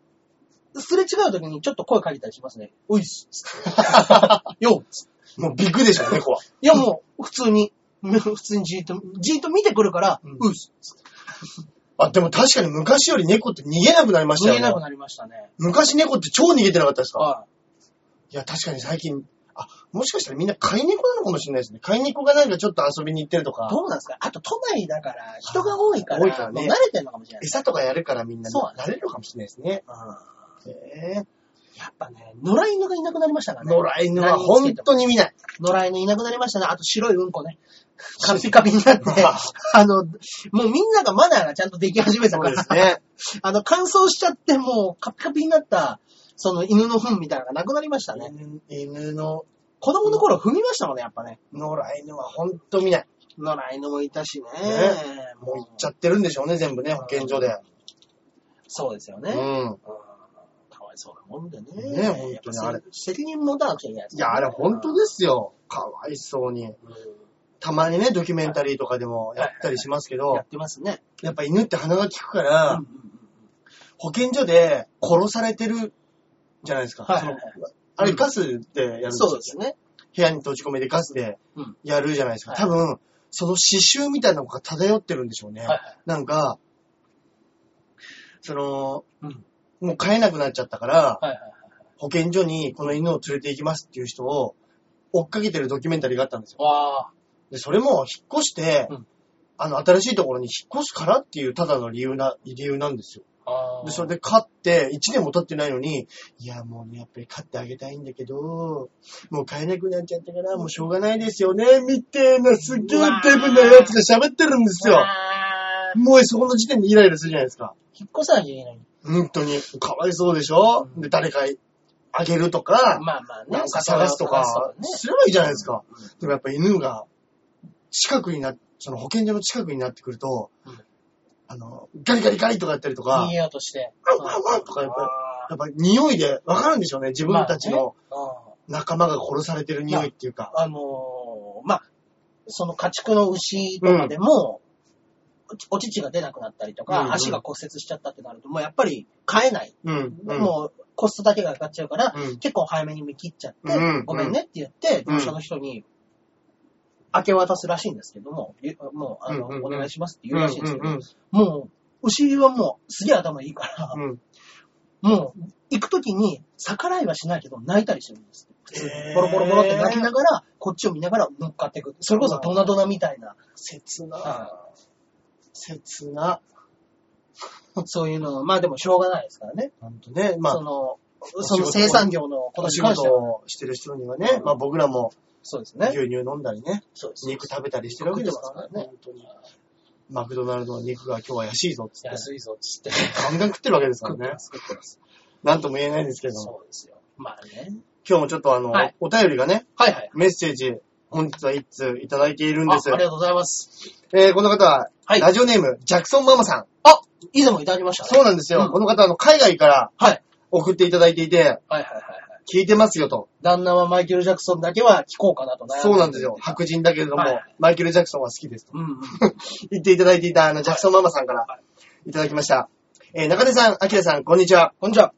Speaker 1: すれ違う時にちょっと声かけたりしますね。おいっす。よっつって
Speaker 2: *laughs* もうビッグでしょ、猫は。
Speaker 1: いやもう、普通に、普通にじーっと、じーっと見てくるから、
Speaker 2: う
Speaker 1: うんいっす。
Speaker 2: あ、でも確かに昔より猫って逃げなくなりまし
Speaker 1: 逃
Speaker 2: たよ
Speaker 1: げなく
Speaker 2: ね。
Speaker 1: なりましたね。
Speaker 2: 昔猫って超逃げてなかったですか
Speaker 1: はい
Speaker 2: や、確かに最近、あ、もしかしたらみんな飼い猫なのかもしれないですね。飼い猫がなんかちょっと遊びに行ってると
Speaker 1: い。
Speaker 2: か、
Speaker 1: どうなんですかあと都内だから、人が多いから、
Speaker 2: 多いからね
Speaker 1: もう慣れてるのかもしれない。
Speaker 2: 餌とかやるからみんな
Speaker 1: そうなんで
Speaker 2: 慣れるのかもしれないですね。
Speaker 1: うん
Speaker 2: へぇ
Speaker 1: やっぱね、野良犬がいなくなりましたからね。
Speaker 2: 野良犬は本当に見ない。
Speaker 1: 野良犬いなくなりましたね。あと白いうんこね。カピカピになって
Speaker 2: あ、
Speaker 1: あの、もうみんながマナーがちゃんとでき始めた
Speaker 2: そ
Speaker 1: か
Speaker 2: う
Speaker 1: ら、
Speaker 2: ですね。
Speaker 1: あの、乾燥しちゃってもうカピカピになった、その犬の糞みたいなのがなくなりましたね。
Speaker 2: 犬犬の、
Speaker 1: 子供の頃踏みましたもんね、やっぱね。
Speaker 2: *laughs* 野良犬は本当見ない。
Speaker 1: 野良犬もいたしね。
Speaker 2: もう行っちゃってるんでしょうね、全部ね、保健所で。
Speaker 1: そうですよ
Speaker 2: う
Speaker 1: ね。
Speaker 2: ん。
Speaker 1: かわいそうなもんでね。
Speaker 2: ねえ本当にあれ
Speaker 1: やっぱ責任持たなくちゃいけないです
Speaker 2: い
Speaker 1: ね、
Speaker 2: や、あれ本当ですよ。かわいそうに。たまにね、ドキュメンタリーとかでもやったりしますけ
Speaker 1: うんや
Speaker 2: ど
Speaker 1: っ、てますね。
Speaker 2: やっぱ犬って鼻が利くか
Speaker 1: うんう
Speaker 2: ら
Speaker 1: ん、
Speaker 2: 保健所で殺されてるじゃないですか。
Speaker 1: はいはいはい
Speaker 2: そのあれガスでやるん
Speaker 1: う
Speaker 2: で
Speaker 1: ん
Speaker 2: す
Speaker 1: そう
Speaker 2: よ
Speaker 1: で。すね。
Speaker 2: 部屋に閉じ込めてガスで
Speaker 1: うん
Speaker 2: やるじゃないですか。
Speaker 1: はい
Speaker 2: 多分、その刺繍みたいなのが漂ってるんでしょうね。
Speaker 1: はいはい
Speaker 2: なんか、その、
Speaker 1: うん
Speaker 2: もう飼えなくなっちゃったから、
Speaker 1: はいはいはい。
Speaker 2: 保健所にこの犬を連れて行きますっていう人を追っかけてるドキュメンタリーがあったんですよ。
Speaker 1: わ
Speaker 2: で、それも引っ越して、
Speaker 1: うん
Speaker 2: あの、新しいところに引っ越すからっていうただの理由な、理由なんですよ。
Speaker 1: ーあー。
Speaker 2: で、それで飼って、1年も経ってないのに、いや、もうね、やっぱり飼ってあげたいんだけど、もう飼えなくなっちゃったから、もうしょうがないですよね、みてえな、すっげえデブなやつが喋ってるんですよ。
Speaker 1: あー
Speaker 2: もうそこの時点でイライラするじゃないですか。
Speaker 1: 引っ越さなきゃいけない。
Speaker 2: 本当に。かわいそうでしょ
Speaker 1: うん
Speaker 2: で、誰かあげるとか、
Speaker 1: まあまあね。
Speaker 2: なんか探すとか
Speaker 1: 探、す
Speaker 2: すればいいじゃないですか。
Speaker 1: とかね。
Speaker 2: でもやっぱ犬が、近くにな、その保健所の近くになってくると、
Speaker 1: うん
Speaker 2: あの、ガリガリガリとかやったりと
Speaker 1: 逃
Speaker 2: か
Speaker 1: げ、ようとして。
Speaker 2: ワンワンワンとかやっぱやっぱ匂いでわかるんでしょうね。自分たちの
Speaker 1: あー
Speaker 2: 仲間が殺されてる匂いっていうか。
Speaker 1: あのーまあ、その家畜の牛とかでも、お乳が出なくなったりとか、
Speaker 2: うんうん
Speaker 1: 足が骨折しちゃったってなると、もうやっぱり飼えない。
Speaker 2: うん。うん。
Speaker 1: もうコストだけがかかっちゃうから、
Speaker 2: うん
Speaker 1: 結構早めに見切っちゃって、
Speaker 2: うん
Speaker 1: ごめんねって言って、
Speaker 2: うん
Speaker 1: 業者の人に明け渡すらしいんですけども、ゆもうあの、
Speaker 2: うんうんうん
Speaker 1: お願いしますって言うらしいんですけど、
Speaker 2: うんうん
Speaker 1: もう、牛はもうすげえ頭いいから、 *laughs*
Speaker 2: うんうん
Speaker 1: もう、行くときに逆らいはしないけど泣いたりするんですって。普通に
Speaker 2: へー
Speaker 1: ボロボロボロって泣きながら、こっちを見ながら乗っかっていく。それこそドナドナみたいな、
Speaker 2: 切な
Speaker 1: は。
Speaker 2: 切な。
Speaker 1: そういうの、まあでもしょうがないですからね。
Speaker 2: ほんとね。ま
Speaker 1: そ
Speaker 2: あ、
Speaker 1: の、
Speaker 2: 仕
Speaker 1: そ
Speaker 2: 事
Speaker 1: の生産業のこ
Speaker 2: お
Speaker 1: と
Speaker 2: 仕
Speaker 1: に関して
Speaker 2: 事
Speaker 1: は。
Speaker 2: をしてる人にはね、まあ僕らも
Speaker 1: そうです
Speaker 2: 牛
Speaker 1: ね。
Speaker 2: 乳飲んだりね、
Speaker 1: そうです
Speaker 2: 肉食べたりしてるわけですからね。
Speaker 1: 本当に。
Speaker 2: マクドナルドの肉が今日は安いぞっつって。
Speaker 1: 安いぞ、つって。
Speaker 2: ガンガン食ってるわけですか
Speaker 1: 作って *laughs*
Speaker 2: らね
Speaker 1: ま。す、作ってます。
Speaker 2: なんとも言えないですけど。
Speaker 1: そうですよ。まあね。
Speaker 2: 今日もちょっとあの、
Speaker 1: はい
Speaker 2: お便りがね、
Speaker 1: はいはい。
Speaker 2: メッセージ、本日は一通いただいているん
Speaker 1: ああ
Speaker 2: で
Speaker 1: り
Speaker 2: す。
Speaker 1: がとうございます。
Speaker 2: えーこの方は、
Speaker 1: はい
Speaker 2: ラジオネーム、ジャクソンママさん。
Speaker 1: あ以前もいただきましたね。
Speaker 2: そうなんですよ。
Speaker 1: うん
Speaker 2: この方、あの、海外から
Speaker 1: はい。
Speaker 2: 送っていただいていて、
Speaker 1: はいはいはいはい。
Speaker 2: 聞いてますよと。
Speaker 1: 旦那はマイケル・ジャクソンだけは聞こうかなと悩んで
Speaker 2: そうなんですよ。白人だけれども、
Speaker 1: はい
Speaker 2: マイケル・ジャクソンは好きですと。
Speaker 1: うんうん。
Speaker 2: 言っていただいていた、あの、ジャクソンママさんから
Speaker 1: はい
Speaker 2: いただきました。えー中根さん、アキラさん、こんにちは。
Speaker 1: ほんじゃ。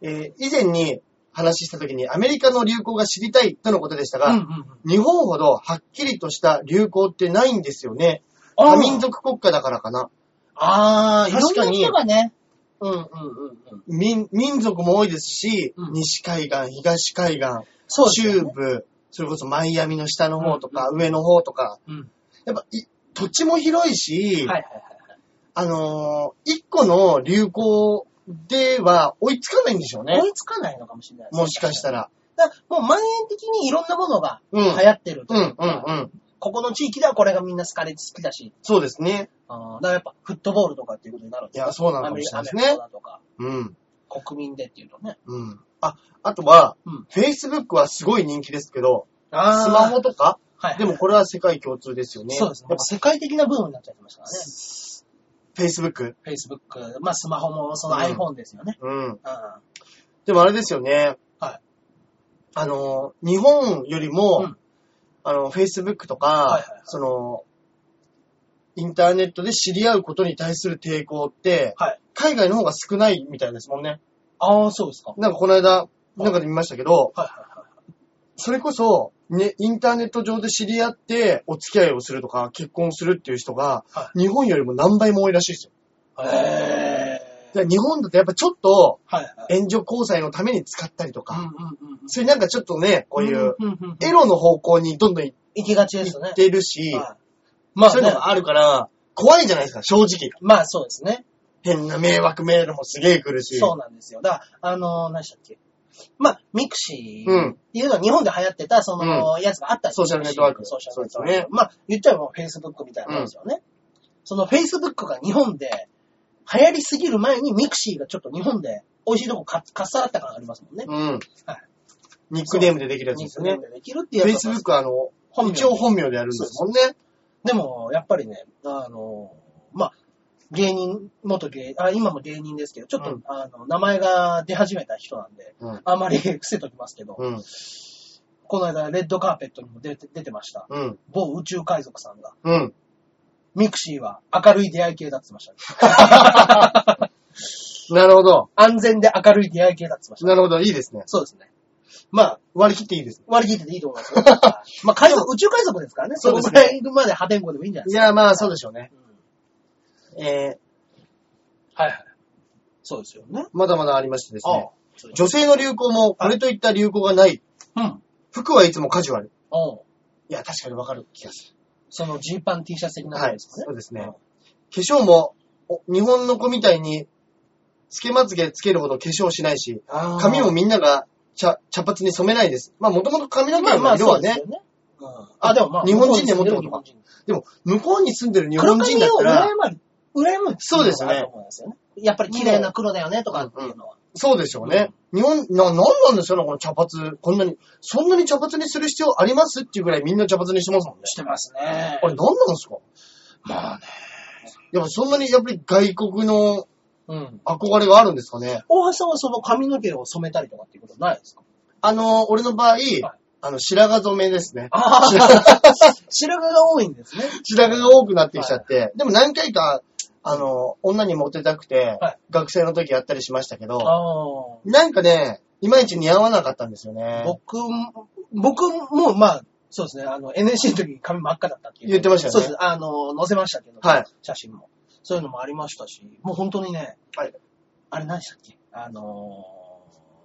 Speaker 2: えー以前に話した時にアメリカの流行が知りたいとのことでしたが、
Speaker 1: うんうんうん。
Speaker 2: 日本ほどはっきりとした流行ってないんですよね。
Speaker 1: あ
Speaker 2: 多民族国家だからかな。
Speaker 1: ああ、
Speaker 2: 確かに
Speaker 1: いろんな人がね。うんうんうんうん。
Speaker 2: 民、民族も多いですし、
Speaker 1: うん
Speaker 2: 西海岸、東海岸、
Speaker 1: そうですよ
Speaker 2: 中
Speaker 1: ね。
Speaker 2: 部、それこそマイアミの下の方とか、上の方とか、
Speaker 1: うん。
Speaker 2: やっぱい土地も広いし、
Speaker 1: はいはいはい。
Speaker 2: あのー一個の流行では追いつかないんでしょうね
Speaker 1: 追。いつかないのかもしれない。
Speaker 2: もしかした
Speaker 1: ら。
Speaker 2: ら。
Speaker 1: だからもう蔓延的にいろんなものが
Speaker 2: うん。
Speaker 1: 流行ってると
Speaker 2: うん、う
Speaker 1: い
Speaker 2: ん
Speaker 1: う、か
Speaker 2: うん。
Speaker 1: ここの地域ではこれがみんな好かれ好きだし、
Speaker 2: そうですね。
Speaker 1: あーだからやっぱフットボールとかっていうことになるん
Speaker 2: い
Speaker 1: です
Speaker 2: や、そうなの
Speaker 1: ア
Speaker 2: か
Speaker 1: メ
Speaker 2: も
Speaker 1: リ
Speaker 2: しれ
Speaker 1: カア
Speaker 2: ない
Speaker 1: メ
Speaker 2: です
Speaker 1: リカ
Speaker 2: ね。
Speaker 1: だとか、
Speaker 2: うん。
Speaker 1: 国民でっていうとね。
Speaker 2: うん。あ、あとは、
Speaker 1: うん。
Speaker 2: Facebook はすごい人気ですけど、
Speaker 1: あー
Speaker 2: スマホとか、
Speaker 1: はい。
Speaker 2: でもこれは世界共通ですよね。
Speaker 1: そうですね。
Speaker 2: や
Speaker 1: やっ
Speaker 2: っぱ
Speaker 1: ぱ世界的なブームになっちゃってましたからね。
Speaker 2: Facebook。
Speaker 1: Facebook、まあスマホもその
Speaker 2: うん
Speaker 1: iPhone ですよね。
Speaker 2: うん。
Speaker 1: うん。
Speaker 2: でもあれですよね。
Speaker 1: はい。
Speaker 2: あの、日本よりも、
Speaker 1: うん
Speaker 2: あの、Facebook とか、
Speaker 1: いはいはい
Speaker 2: その、インターネットで知り合うことに対する抵抗って、
Speaker 1: はい。
Speaker 2: 海外の方が少ないみたいですもんね。
Speaker 1: ああ、そうですか。はい
Speaker 2: なんかこの間、なんかで見ましたけど、
Speaker 1: はいはい。
Speaker 2: それこそ、ね、インターネット上で知り合って、お付き合いをするとか、結婚するっていう人が、
Speaker 1: は
Speaker 2: 日本よりも何倍も多いらしいですよ。
Speaker 1: えー。
Speaker 2: で日本だとやっぱちょっと、
Speaker 1: はいはい。
Speaker 2: 援助交際のために使ったりと
Speaker 1: うん
Speaker 2: か、
Speaker 1: うんうん。
Speaker 2: そういうなんかちょっとね、こういう、
Speaker 1: んんんん
Speaker 2: エロの方向にどんどん行
Speaker 1: 行きがちですよね
Speaker 2: っ。てるし、
Speaker 1: はいまあ
Speaker 2: そういう
Speaker 1: ね
Speaker 2: の、があるから、怖いじゃないですか、正直。
Speaker 1: まあそうですね。
Speaker 2: 変な迷惑メールもすげえ来るし。
Speaker 1: そうなんですよ。だから、あのー、何でしたっけ。まあ、ミクシ
Speaker 2: う
Speaker 1: ー
Speaker 2: ん
Speaker 1: っていうのは日本で流行ってた、その、やつがあったり
Speaker 2: ソーシャルネットワーク
Speaker 1: ソーシャルネットワーク。
Speaker 2: そうですよね
Speaker 1: まあ、言ったらもう Facebook みたいなもんですよね。その Facebook が日本で流行りすぎる前にミクシーがちょっと日本で美味しいとこかかっさらった感がありますもんね。
Speaker 2: うん。ニックネームでできるやつですよね
Speaker 1: ニックネー。ムでできるっていうやつが。
Speaker 2: Facebook はあの、
Speaker 1: 本名
Speaker 2: 一応本名でやるんですもんね。
Speaker 1: でも、やっぱりね、あの、まあ、芸人、元芸、あ、今も芸人ですけど、ちょっと、
Speaker 2: うん
Speaker 1: あの、名前が出始めた人なんで、
Speaker 2: うん
Speaker 1: あまり伏せときますけど、
Speaker 2: うん。
Speaker 1: この間、レッドカーペットにも出て出てました。
Speaker 2: うん。
Speaker 1: 某宇宙海賊さんが、
Speaker 2: うん。
Speaker 1: ミクシーは明るい出会い系だって言ってましたね、
Speaker 2: なるほど。
Speaker 1: 安全で明るい出会い系だって言ってました。
Speaker 2: なるほど。いいですね。
Speaker 1: そうですね。まあ、
Speaker 2: 割り切っていいですね。
Speaker 1: 割り切ってていいと思います *laughs* よ。まあ、海賊、宇宙海賊ですからね。
Speaker 2: そ
Speaker 1: そう
Speaker 2: で
Speaker 1: こ
Speaker 2: す
Speaker 1: ぐ
Speaker 2: ね
Speaker 1: らいまで破天荒でもいいんじゃないで
Speaker 2: い
Speaker 1: すか。
Speaker 2: や、まあ、そうでしょうね。
Speaker 1: うん
Speaker 2: えー、
Speaker 1: はいはい。そうですよね。
Speaker 2: まだまだありましてです
Speaker 1: あ
Speaker 2: ね
Speaker 1: あ。。そうです
Speaker 2: 女性の流行も、これといった流行がない。
Speaker 1: うん。
Speaker 2: 服はいつもカジュアル。
Speaker 1: おう
Speaker 2: いや、確かにわかる気がす
Speaker 1: そのジーパン T シャツ的
Speaker 2: る。
Speaker 1: なも
Speaker 2: は
Speaker 1: の
Speaker 2: い。
Speaker 1: ですかね。
Speaker 2: そうですね
Speaker 1: うん。
Speaker 2: 化粧も、お日本の子みたいに、つけまつげつけるほど化粧しないし、髪もみんなが茶茶髪に染めないです。まあ、もともと髪の
Speaker 1: まあ
Speaker 2: 毛
Speaker 1: ま
Speaker 2: の
Speaker 1: あ
Speaker 2: 色
Speaker 1: そ
Speaker 2: は
Speaker 1: うです
Speaker 2: ね
Speaker 1: よ、ね。うんあ、でもまあ。
Speaker 2: 日本人でもってこ
Speaker 1: 日
Speaker 2: とか
Speaker 1: 本人
Speaker 2: でも、向こうに住んでる日
Speaker 1: 黒
Speaker 2: 本人
Speaker 1: 髪
Speaker 2: だ
Speaker 1: を
Speaker 2: った
Speaker 1: 羨
Speaker 2: ら、
Speaker 1: ま、羨む。
Speaker 2: そうですね
Speaker 1: あると思いますよね。やっぱり綺麗な黒だよねとかっていうのは。
Speaker 2: そうでしょうね。日本、な、なんなんですよね、この茶髪。こんなに、そんなに茶髪にする必要ありますっていうぐらいみんな茶髪にしてますもんね。
Speaker 1: してますね
Speaker 2: あ。れ、なんなんですか
Speaker 1: まあね。
Speaker 2: やっぱそんなに、やっぱり外国の
Speaker 1: うん。
Speaker 2: 憧れがあるんですかね。
Speaker 1: 大橋さんはその髪の毛を染めたりとかっていうことないですか
Speaker 2: あの、俺の場合、あの、白髪染めですね。
Speaker 1: ああ、白髪が多いんですね。
Speaker 2: 白髪が多くなってきちゃって、でも何回か、あの、女にモテたくて、
Speaker 1: はい
Speaker 2: 学生の時やったりしましたけど、
Speaker 1: あ
Speaker 2: なんかね、いまいち似合わなかったんですよ
Speaker 1: あ。
Speaker 2: ね。
Speaker 1: 僕も、僕もまあ、そうですね。あの、NSC の時に髪真っ赤だったっていう。
Speaker 2: 言ってましたよね
Speaker 1: そうです。あの、載せましたけど、
Speaker 2: はい
Speaker 1: 写真も。そういうのもありましたし、もう本当にね、
Speaker 2: はい
Speaker 1: あれ何でしたっけあのー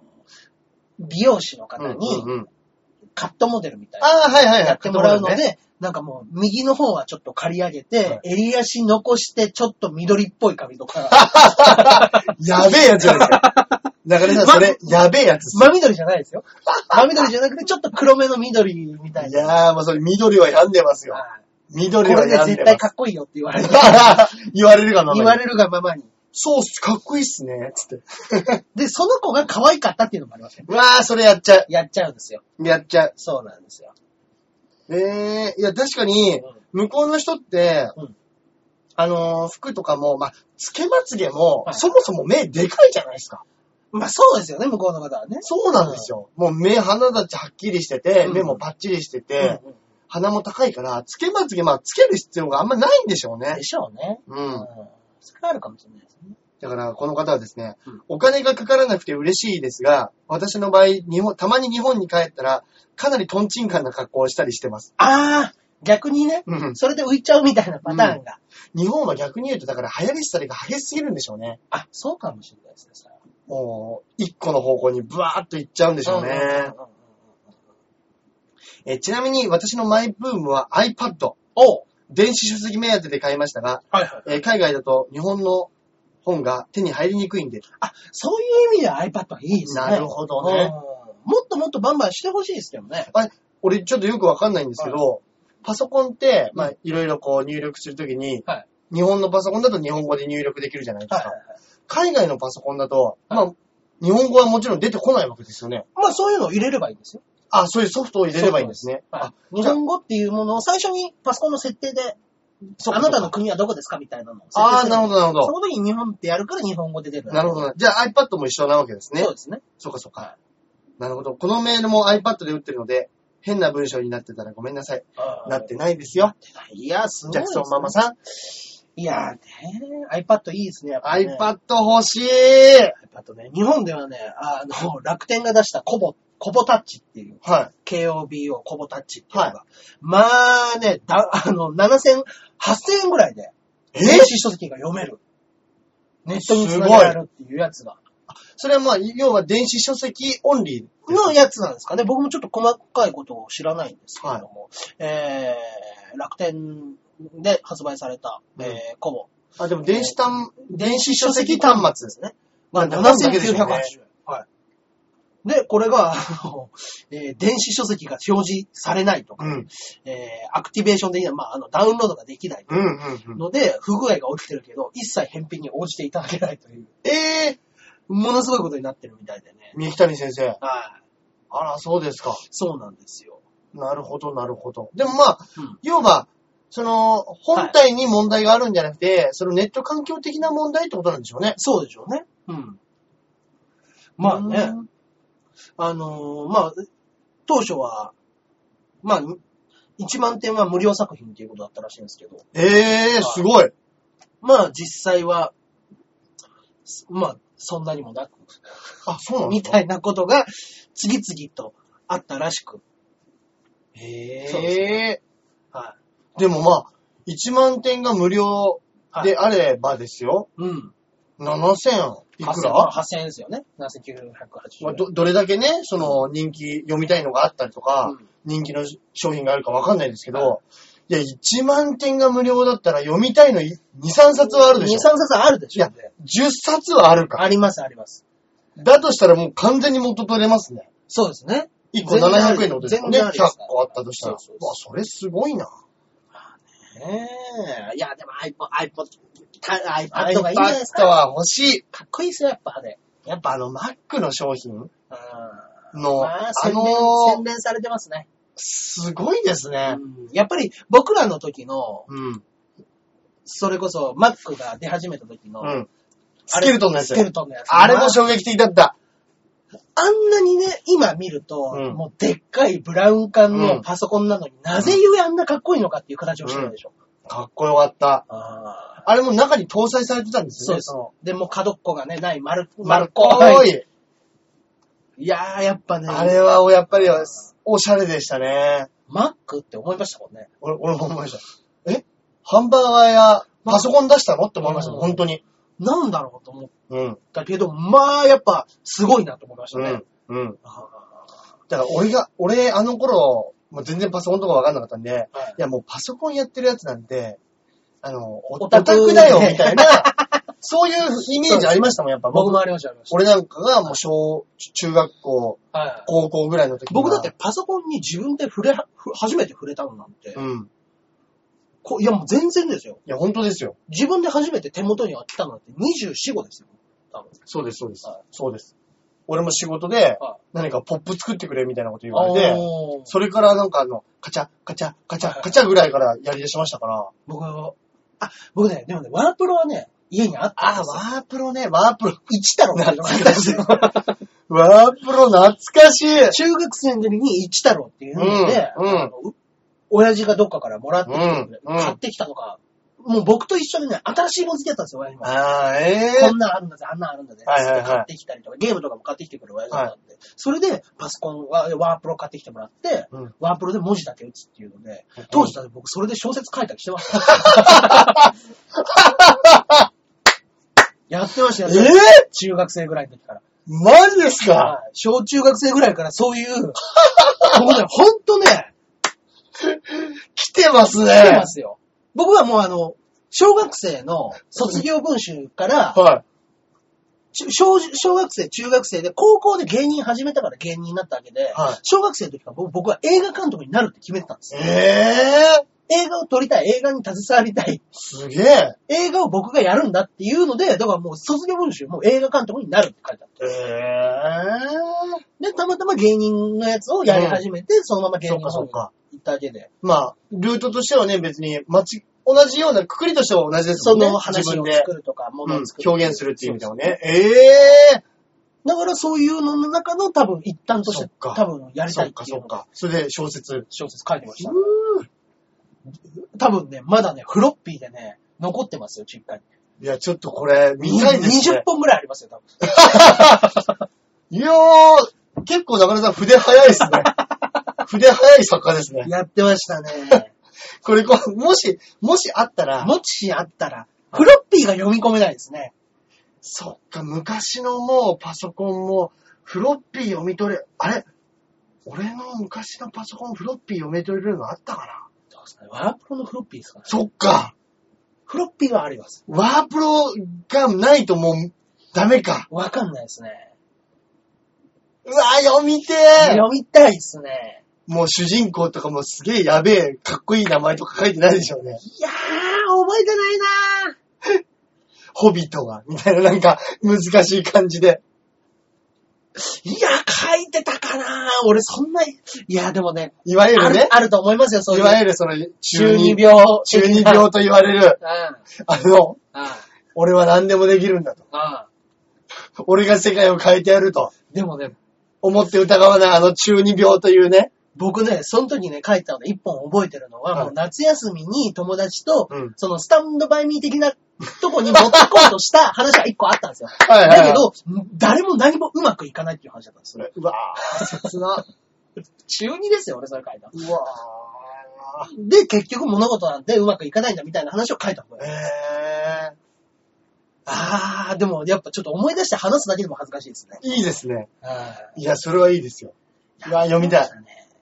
Speaker 1: 美容師の
Speaker 2: うん
Speaker 1: 方
Speaker 2: うん
Speaker 1: に
Speaker 2: うん、
Speaker 1: カットモデルみたいな。
Speaker 2: ああ、はいはいはい。
Speaker 1: やってもらうので、
Speaker 2: ね。
Speaker 1: なんかもう、右の方はちょっと刈り上げ
Speaker 2: は
Speaker 1: て、襟足残して、ちょっと緑っぽい髪と *laughs* か、
Speaker 2: やべえやつじゃないですか。 *laughs* 中根さん、
Speaker 1: ま
Speaker 2: それ、やべえやつっす
Speaker 1: 真緑じゃないですよ。真緑じゃなくて、ちょっと黒目の緑みたい
Speaker 2: い
Speaker 1: な。
Speaker 2: やー、もうそれ、緑は病んでますよ。
Speaker 1: はいこ
Speaker 2: 緑は
Speaker 1: れで
Speaker 2: 病ん
Speaker 1: 絶
Speaker 2: でま
Speaker 1: 対
Speaker 2: す。
Speaker 1: かっこいいよって言われ *laughs* る。
Speaker 2: *laughs* 言われるがままに
Speaker 1: 言われるがままに。
Speaker 2: そうっす、かっこいいっすね、つって。
Speaker 1: で、その子が可愛かったっていうのもありますよね。
Speaker 2: うわー、それやっちゃう。
Speaker 1: やっちゃうんですよ。
Speaker 2: やっちゃう。
Speaker 1: そうなんですよ。
Speaker 2: えー、いや、確かに、向こうの人って、
Speaker 1: うん
Speaker 2: あのー服とかも、まあ、つけまつげも、
Speaker 1: はい
Speaker 2: そもそも目でかいじゃないですか。
Speaker 1: まあそうですよね、向こうの方はね。
Speaker 2: そうなんですよ。もう目、鼻だってはっきりしてて、
Speaker 1: うん
Speaker 2: 目もパッチリしてて、
Speaker 1: うんうん
Speaker 2: 鼻も高いから、つけまつげ、まあ、つける必要があんまないんでしょうね
Speaker 1: で。しょうね。
Speaker 2: う。。
Speaker 1: うんそれはあるかもしれないですね。
Speaker 2: だから、この方はですね、
Speaker 1: うん
Speaker 2: お金がかからなくて嬉しいですが、私の場合、日本、たまに日本に帰ったら、かなりトンチンカンな格好をしたりしてます。
Speaker 1: ああ、逆にね、
Speaker 2: うん
Speaker 1: それで浮いちゃうみたいなパターンが。
Speaker 2: 日本は逆に言うと、だから流行りしたりが激しすぎるんでしょうね。
Speaker 1: あ、そうかもしれないですね、それは
Speaker 2: もう、一個の方向にブワーっと行っちゃうんでしょうね。
Speaker 1: んんんんん
Speaker 2: えちなみに、私のマイブームは iPad。
Speaker 1: おう
Speaker 2: 電子書籍目当てで買いましたが、
Speaker 1: はいはい。
Speaker 2: えー海外だと日本の本が手に入りにくいんで。
Speaker 1: あ、そういう意味では iPad はいいですね。
Speaker 2: なるほど
Speaker 1: うん
Speaker 2: ね。
Speaker 1: もっともっとバンバンしてほしいですけどね。
Speaker 2: 俺ちょっとよくわかんないんですけど、パソコンって、まあ、いろいろこう入力するときに、
Speaker 1: はい
Speaker 2: 日本のパソコンだと日本語で入力できるじゃないですか。海外のパソコンだと、まあ、日本語はもちろん出てこないわけですよね。
Speaker 1: まあそういうのを入れればいいんですよ。
Speaker 2: あ、そういうソフトを入れればいいんですね。
Speaker 1: はい
Speaker 2: あ
Speaker 1: 日本語っていうものを最初にパソコンの設定で
Speaker 2: そっか
Speaker 1: あなたの国はどこですかみたいなのを設定
Speaker 2: あ
Speaker 1: す
Speaker 2: あ、
Speaker 1: る
Speaker 2: なるほど、なるほ
Speaker 1: その時に日本ってやるから日本語で出る。
Speaker 2: ど。なるほど。じゃあ iPad も一緒なわけですね。
Speaker 1: そうですね。
Speaker 2: そうかそうか。なるほど。このメールも iPad で打ってるので、変な文章になってたらごめんなさい。なってないですよ。
Speaker 1: いや、すごい
Speaker 2: ジャ
Speaker 1: で
Speaker 2: ク
Speaker 1: す
Speaker 2: ソ
Speaker 1: ね、
Speaker 2: ンママさん。
Speaker 1: いやーね、iPad いいですね、やっぱりね
Speaker 2: iPad 欲しい
Speaker 1: iPad ね。日本ではね、あの、楽天が出したコボ、コボタッチっていう、
Speaker 2: は
Speaker 1: KOBO コボタッチっていうのが、まあね、だ、あの、7000、8000円ぐらいで、
Speaker 2: い。
Speaker 1: 電子書籍が読める。ネットにつながるっていうやつが。
Speaker 2: それはまあ、要は電子書籍オンリー。
Speaker 1: のやつなんですかね。僕もちょっと細かいことを知らないんですけれども、えー、楽天で発売された、
Speaker 2: うん
Speaker 1: えー、コボ
Speaker 2: あ、でも電子端、電子書籍端末
Speaker 1: で
Speaker 2: です
Speaker 1: す
Speaker 2: ね。
Speaker 1: ね。まあ、
Speaker 2: なんか
Speaker 1: 7980円。
Speaker 2: なんかです
Speaker 1: はい。で、これが、あのえー電子書籍が表示されないとか、
Speaker 2: うん。
Speaker 1: えーアクティベーションできない、まあ、あの、ダウンロードができない
Speaker 2: うんうんうん。
Speaker 1: ので、不具合が起きてるけど、一切返品に応じていただけないという、
Speaker 2: ええ
Speaker 1: ものすごいことになってるみたいでね。
Speaker 2: 三木谷先生。
Speaker 1: はい。
Speaker 2: あら、そうですか。
Speaker 1: そうなんですよ。
Speaker 2: なるほど、なるほど。でもまあ、
Speaker 1: うん
Speaker 2: 要は、その、本体に問題があるんじゃなくて、そのネット環境的な問題ってことなんでしょうね。
Speaker 1: そうでしょうね。うん。まあね、
Speaker 2: うん。
Speaker 1: あのーまあ、当初は、まあ、1万点は無料作品ということだったらしいんですけど、
Speaker 2: ええすごい。
Speaker 1: まあ実際は、すまあそんなにもなく、
Speaker 2: あ、そうなんで
Speaker 1: *laughs* み
Speaker 2: すか
Speaker 1: たいなことが次々とあったらしく、そうです
Speaker 2: ええ
Speaker 1: は
Speaker 2: でもまあ、1万点が無料
Speaker 1: い。はい、
Speaker 2: であればですよ。
Speaker 1: うん。
Speaker 2: 7000いくら
Speaker 1: ?8000 円ですよね。7980
Speaker 2: まあ
Speaker 1: 円。
Speaker 2: ど、どれだけね、その人気、読みたいのがあったりとか、
Speaker 1: うん
Speaker 2: 人気の商品があるかわかんないですけど、いや、1万点が無料だったら読みたいの2、3冊はあるでしょ
Speaker 1: 2、3。冊あるでしょうね。
Speaker 2: 10冊はあるか。
Speaker 1: あります、あります。
Speaker 2: だとしたらもう完全に元取れますね。
Speaker 1: そうですね。
Speaker 2: 1個700円のことですもんね。
Speaker 1: 全
Speaker 2: 100
Speaker 1: 然ありですから
Speaker 2: 個あったとしたら。
Speaker 1: そうそうそう
Speaker 2: わ、それすごいな。
Speaker 1: ねえ。いや、でも iPod、iPod、た iPad がいいんじゃないですか
Speaker 2: iPad。は欲しい。
Speaker 1: かっこいいですよ、やっぱあれ。
Speaker 2: やっぱあの Mac の商品
Speaker 1: うん
Speaker 2: の、
Speaker 1: ま
Speaker 2: あ
Speaker 1: あ、洗練、洗
Speaker 2: のー、
Speaker 1: 練されてますね。
Speaker 2: すごいですね。
Speaker 1: うんやっぱり僕らの時の、
Speaker 2: うん。
Speaker 1: それこそ Mac が出始めた時の、
Speaker 2: うん。スケルトンのやつ
Speaker 1: スケ。ルトンのやつ。
Speaker 2: あれ
Speaker 1: ま
Speaker 2: も衝撃的だった。
Speaker 1: あんなにね、今見ると、
Speaker 2: うん
Speaker 1: もうでっかいブラウン管
Speaker 2: うん
Speaker 1: のパソコンなのに、なぜゆえあんなかっこいいのかっていう形をしてるでしょ。
Speaker 2: かっこよかった。
Speaker 1: あー
Speaker 2: あれも中に搭載されてたんです
Speaker 1: そう
Speaker 2: よ
Speaker 1: です。で、
Speaker 2: ね。
Speaker 1: もう角っこがね、ない丸、
Speaker 2: ま
Speaker 1: 丸
Speaker 2: る
Speaker 1: っ
Speaker 2: こ
Speaker 1: こい。
Speaker 2: い。
Speaker 1: いやー、やっぱね、
Speaker 2: あれは、やっぱり、おしゃれでしたね。
Speaker 1: Mac って思いましたもんね。
Speaker 2: 俺、俺も思いました。えハンバーガーやパソコン出したのって思いました。
Speaker 1: うん
Speaker 2: 本当に。
Speaker 1: なんだろうと思っ
Speaker 2: うん。
Speaker 1: たけど、まあ、やっぱ、すごいなと思いました
Speaker 2: う
Speaker 1: ね。
Speaker 2: ん。うん。
Speaker 1: あ
Speaker 2: だから、俺が、俺、あの頃、もう全然パソコンとかわかんなかったんで、
Speaker 1: ーはい
Speaker 2: いや、もうパソコンやってるやつなんて、あの、オ
Speaker 1: オ
Speaker 2: タ
Speaker 1: タ
Speaker 2: ク
Speaker 1: ク
Speaker 2: だよ、みたいな、 *laughs* そういうイメージありましたもん、やっぱ。
Speaker 1: 僕
Speaker 2: 僕
Speaker 1: もありました、ありました。
Speaker 2: 俺なんかが、もう小、中学校、
Speaker 1: はい
Speaker 2: 高校ぐらいの時には
Speaker 1: 僕だって、パソコンに自分で触れは、ふ初めて触れたのなんて、
Speaker 2: うん。
Speaker 1: こいやもう全然ですよ。
Speaker 2: いや、本当ですよ。
Speaker 1: 自分で初めて手元には来たのなんて24、5ですよ。多分。
Speaker 2: そうです、そうです
Speaker 1: はい
Speaker 2: そうです。俺も仕事で
Speaker 1: は、
Speaker 2: 何かポップ作ってくれみたいなこと言われて、
Speaker 1: おー
Speaker 2: それからなんかあの、カチャ、カチャ、カチャ、カチャぐらいからやり出しましたから。
Speaker 1: 僕は、あ、僕ね、でもね、ワープロはね、家にあったんですよ。
Speaker 2: ープロね、ワープロ。
Speaker 1: 1太郎っていうのがあったんですよ。
Speaker 2: ワープロ懐かしい
Speaker 1: 中学生の時に1太郎っていうので、
Speaker 2: うんうん
Speaker 1: あのう親父がどっかからもらってきてくれ、
Speaker 2: うんうん
Speaker 1: 買ってきたのが、もう僕と一緒でね、新しいもの好きだったんですよ、親父も。
Speaker 2: あー、え
Speaker 1: こんなんあるんだぜ、あんなんあるんだぜ、
Speaker 2: はいはいは
Speaker 1: つ
Speaker 2: い
Speaker 1: って買ってきたりとか、ゲームとかも買ってきてくる親父だったんで、それでパソコンは、ワープロ買ってきてもらって、
Speaker 2: うん
Speaker 1: ワープロで文字だけ打つっていうので、当時だって僕それで小説書いたりしてま
Speaker 2: *laughs*
Speaker 1: した。やってました
Speaker 2: え
Speaker 1: よ、
Speaker 2: ー、え
Speaker 1: 中学生ぐらいの時から。
Speaker 2: マジですか
Speaker 1: はい小中学生ぐらいからそう
Speaker 2: *laughs*
Speaker 1: いう、僕ね、ほんとね、
Speaker 2: 来てますね。
Speaker 1: 来てますよ。僕はもうあの、小学生の卒業文集から、
Speaker 2: は
Speaker 1: ち小小学生、中学生で、高校で芸人始めたから芸人になったわけで、
Speaker 2: はい
Speaker 1: 小学生の時から僕僕は映画監督になるって決めてたんです
Speaker 2: い。
Speaker 1: よ。
Speaker 2: えー、
Speaker 1: 映画を撮りたい、映画に携わりたい、
Speaker 2: すげえ。
Speaker 1: 映画を僕がやるんだっていうので、だからもう卒業文集、もう映画監督になるって書いてあっ
Speaker 2: えー、
Speaker 1: た。で、たまたま芸人のやつをやり始めて、そのまま芸
Speaker 2: そ
Speaker 1: 人
Speaker 2: う
Speaker 1: の
Speaker 2: かそ
Speaker 1: 方
Speaker 2: う
Speaker 1: に
Speaker 2: か
Speaker 1: 行。ったわけで。
Speaker 2: まあ、ルートとしてはね、別に間違同じような、くくりとしては同じです
Speaker 1: そ
Speaker 2: もんね。
Speaker 1: の話
Speaker 2: 自分
Speaker 1: を
Speaker 2: で、
Speaker 1: 作るとか、も
Speaker 2: う
Speaker 1: の
Speaker 2: ん
Speaker 1: を作る。
Speaker 2: 表現するっていう意味でもね。ええ
Speaker 1: だからそういうのの中の多分一端として
Speaker 2: そっか
Speaker 1: 多分や
Speaker 2: ー
Speaker 1: りた
Speaker 2: そ
Speaker 1: いっ
Speaker 2: って
Speaker 1: い
Speaker 2: か
Speaker 1: う
Speaker 2: そ
Speaker 1: の
Speaker 2: っ
Speaker 1: が
Speaker 2: か。それで小説。
Speaker 1: 小説書いてました。
Speaker 2: うー
Speaker 1: 多分ね、まだね、フロッピーでね、残ってますよ、実家に。
Speaker 2: いや、ちょっとこれ、見たいです
Speaker 1: 20
Speaker 2: ね。
Speaker 1: 本ぐらいありますよ、多分。
Speaker 2: いやー、結構中村さん筆早いです *laughs* ね。筆早い作家ですね。
Speaker 1: やってました *laughs* ね。
Speaker 2: これこう、もし、もしあったら、
Speaker 1: もしあったら、フロッピーが読み込めないですね。
Speaker 2: そっか、昔のもうパソコンも、フロッピー読み取れ、あれ俺の昔のパソコンフロッピー読み取れるのあったかな
Speaker 1: どうですかね。ワープロのフロッピーですかね。
Speaker 2: そっか、
Speaker 1: フロッピーはあります。
Speaker 2: ワープロがないともう、ダメか。
Speaker 1: わかんないですね。
Speaker 2: うわー、読みてー
Speaker 1: 読みたいですね。
Speaker 2: もう主人公とかもすげえやべえ、かっこいい名前とか書いてないでしょうね。
Speaker 1: いやー、覚えてないなー。
Speaker 2: ホビトが、みたいななんか、難しい感じで。
Speaker 1: いや、書いてたかなー。俺そんな、いや、でもね、
Speaker 2: いわゆ
Speaker 1: あ
Speaker 2: るね
Speaker 1: る、あると思いますよ、そう
Speaker 2: い
Speaker 1: いう。
Speaker 2: わゆるその、中
Speaker 1: 中
Speaker 2: 二
Speaker 1: 二
Speaker 2: 病、
Speaker 1: 病。
Speaker 2: 中
Speaker 1: *laughs*
Speaker 2: 二病と言われる、
Speaker 1: うん。
Speaker 2: あの、
Speaker 1: うん。
Speaker 2: 俺は何でもできるんだと。
Speaker 1: う
Speaker 2: 俺が世界を変えてやると
Speaker 1: ん。でもね、
Speaker 2: 思って疑わないあの中二病というね。
Speaker 1: 僕ね、その時ね、書いたので一本覚えてるのは、
Speaker 2: はい
Speaker 1: もう夏休みに友達と、
Speaker 2: うん
Speaker 1: そのスタンドバイミー的な *laughs* とこに持ってこうとした *laughs* 話は一個あったんですよ。
Speaker 2: はいはいはい
Speaker 1: だけど、誰も何もうまくいかないっていう話だったんですよ。
Speaker 2: うわぁ、切な。
Speaker 1: 中二ですよ、俺それ書いたの。
Speaker 2: うわ
Speaker 1: で、結局物事なんでうまくいかないんだみたいな話を書いたの
Speaker 2: ぁ。。え
Speaker 1: あー、でもやっぱちょっと思い出して話すだけでも恥ずかしいですね。
Speaker 2: ー、いいですね。
Speaker 1: あ
Speaker 2: いや、それはいいですよ。
Speaker 1: ー
Speaker 2: うわ読みたい。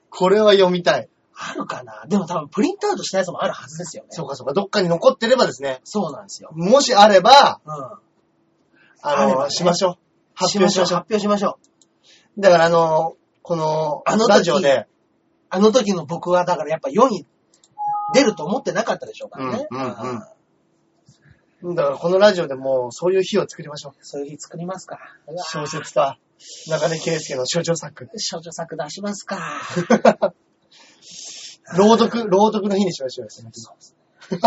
Speaker 2: これは読みたい。
Speaker 1: あるかなでも多分プリントアウトしたやつもあるはずですよね。
Speaker 2: そうかそうか、どっかに残ってればですね。
Speaker 1: そうなんですよ。
Speaker 2: もしあれば、
Speaker 1: うん。
Speaker 2: あ
Speaker 1: あれ
Speaker 2: の、
Speaker 1: ばね
Speaker 2: しましょう。発表しましょ
Speaker 1: 発表しましょう。
Speaker 2: う。だからあの、この、
Speaker 1: あの時
Speaker 2: ラジオで、
Speaker 1: あの時の僕は、だからやっぱ世に出ると思ってなかったでしょうからね。
Speaker 2: うんうんうん
Speaker 1: あー
Speaker 2: だからこのラジオでもうそういう日を作りましょう。
Speaker 1: そういう日作りますか。うわー
Speaker 2: 小説家、中根圭介の象徴 *laughs* 作。
Speaker 1: 少女作出します
Speaker 2: *laughs*
Speaker 1: か。
Speaker 2: 朗読、朗読の日にしましょうよ、その日
Speaker 1: そうです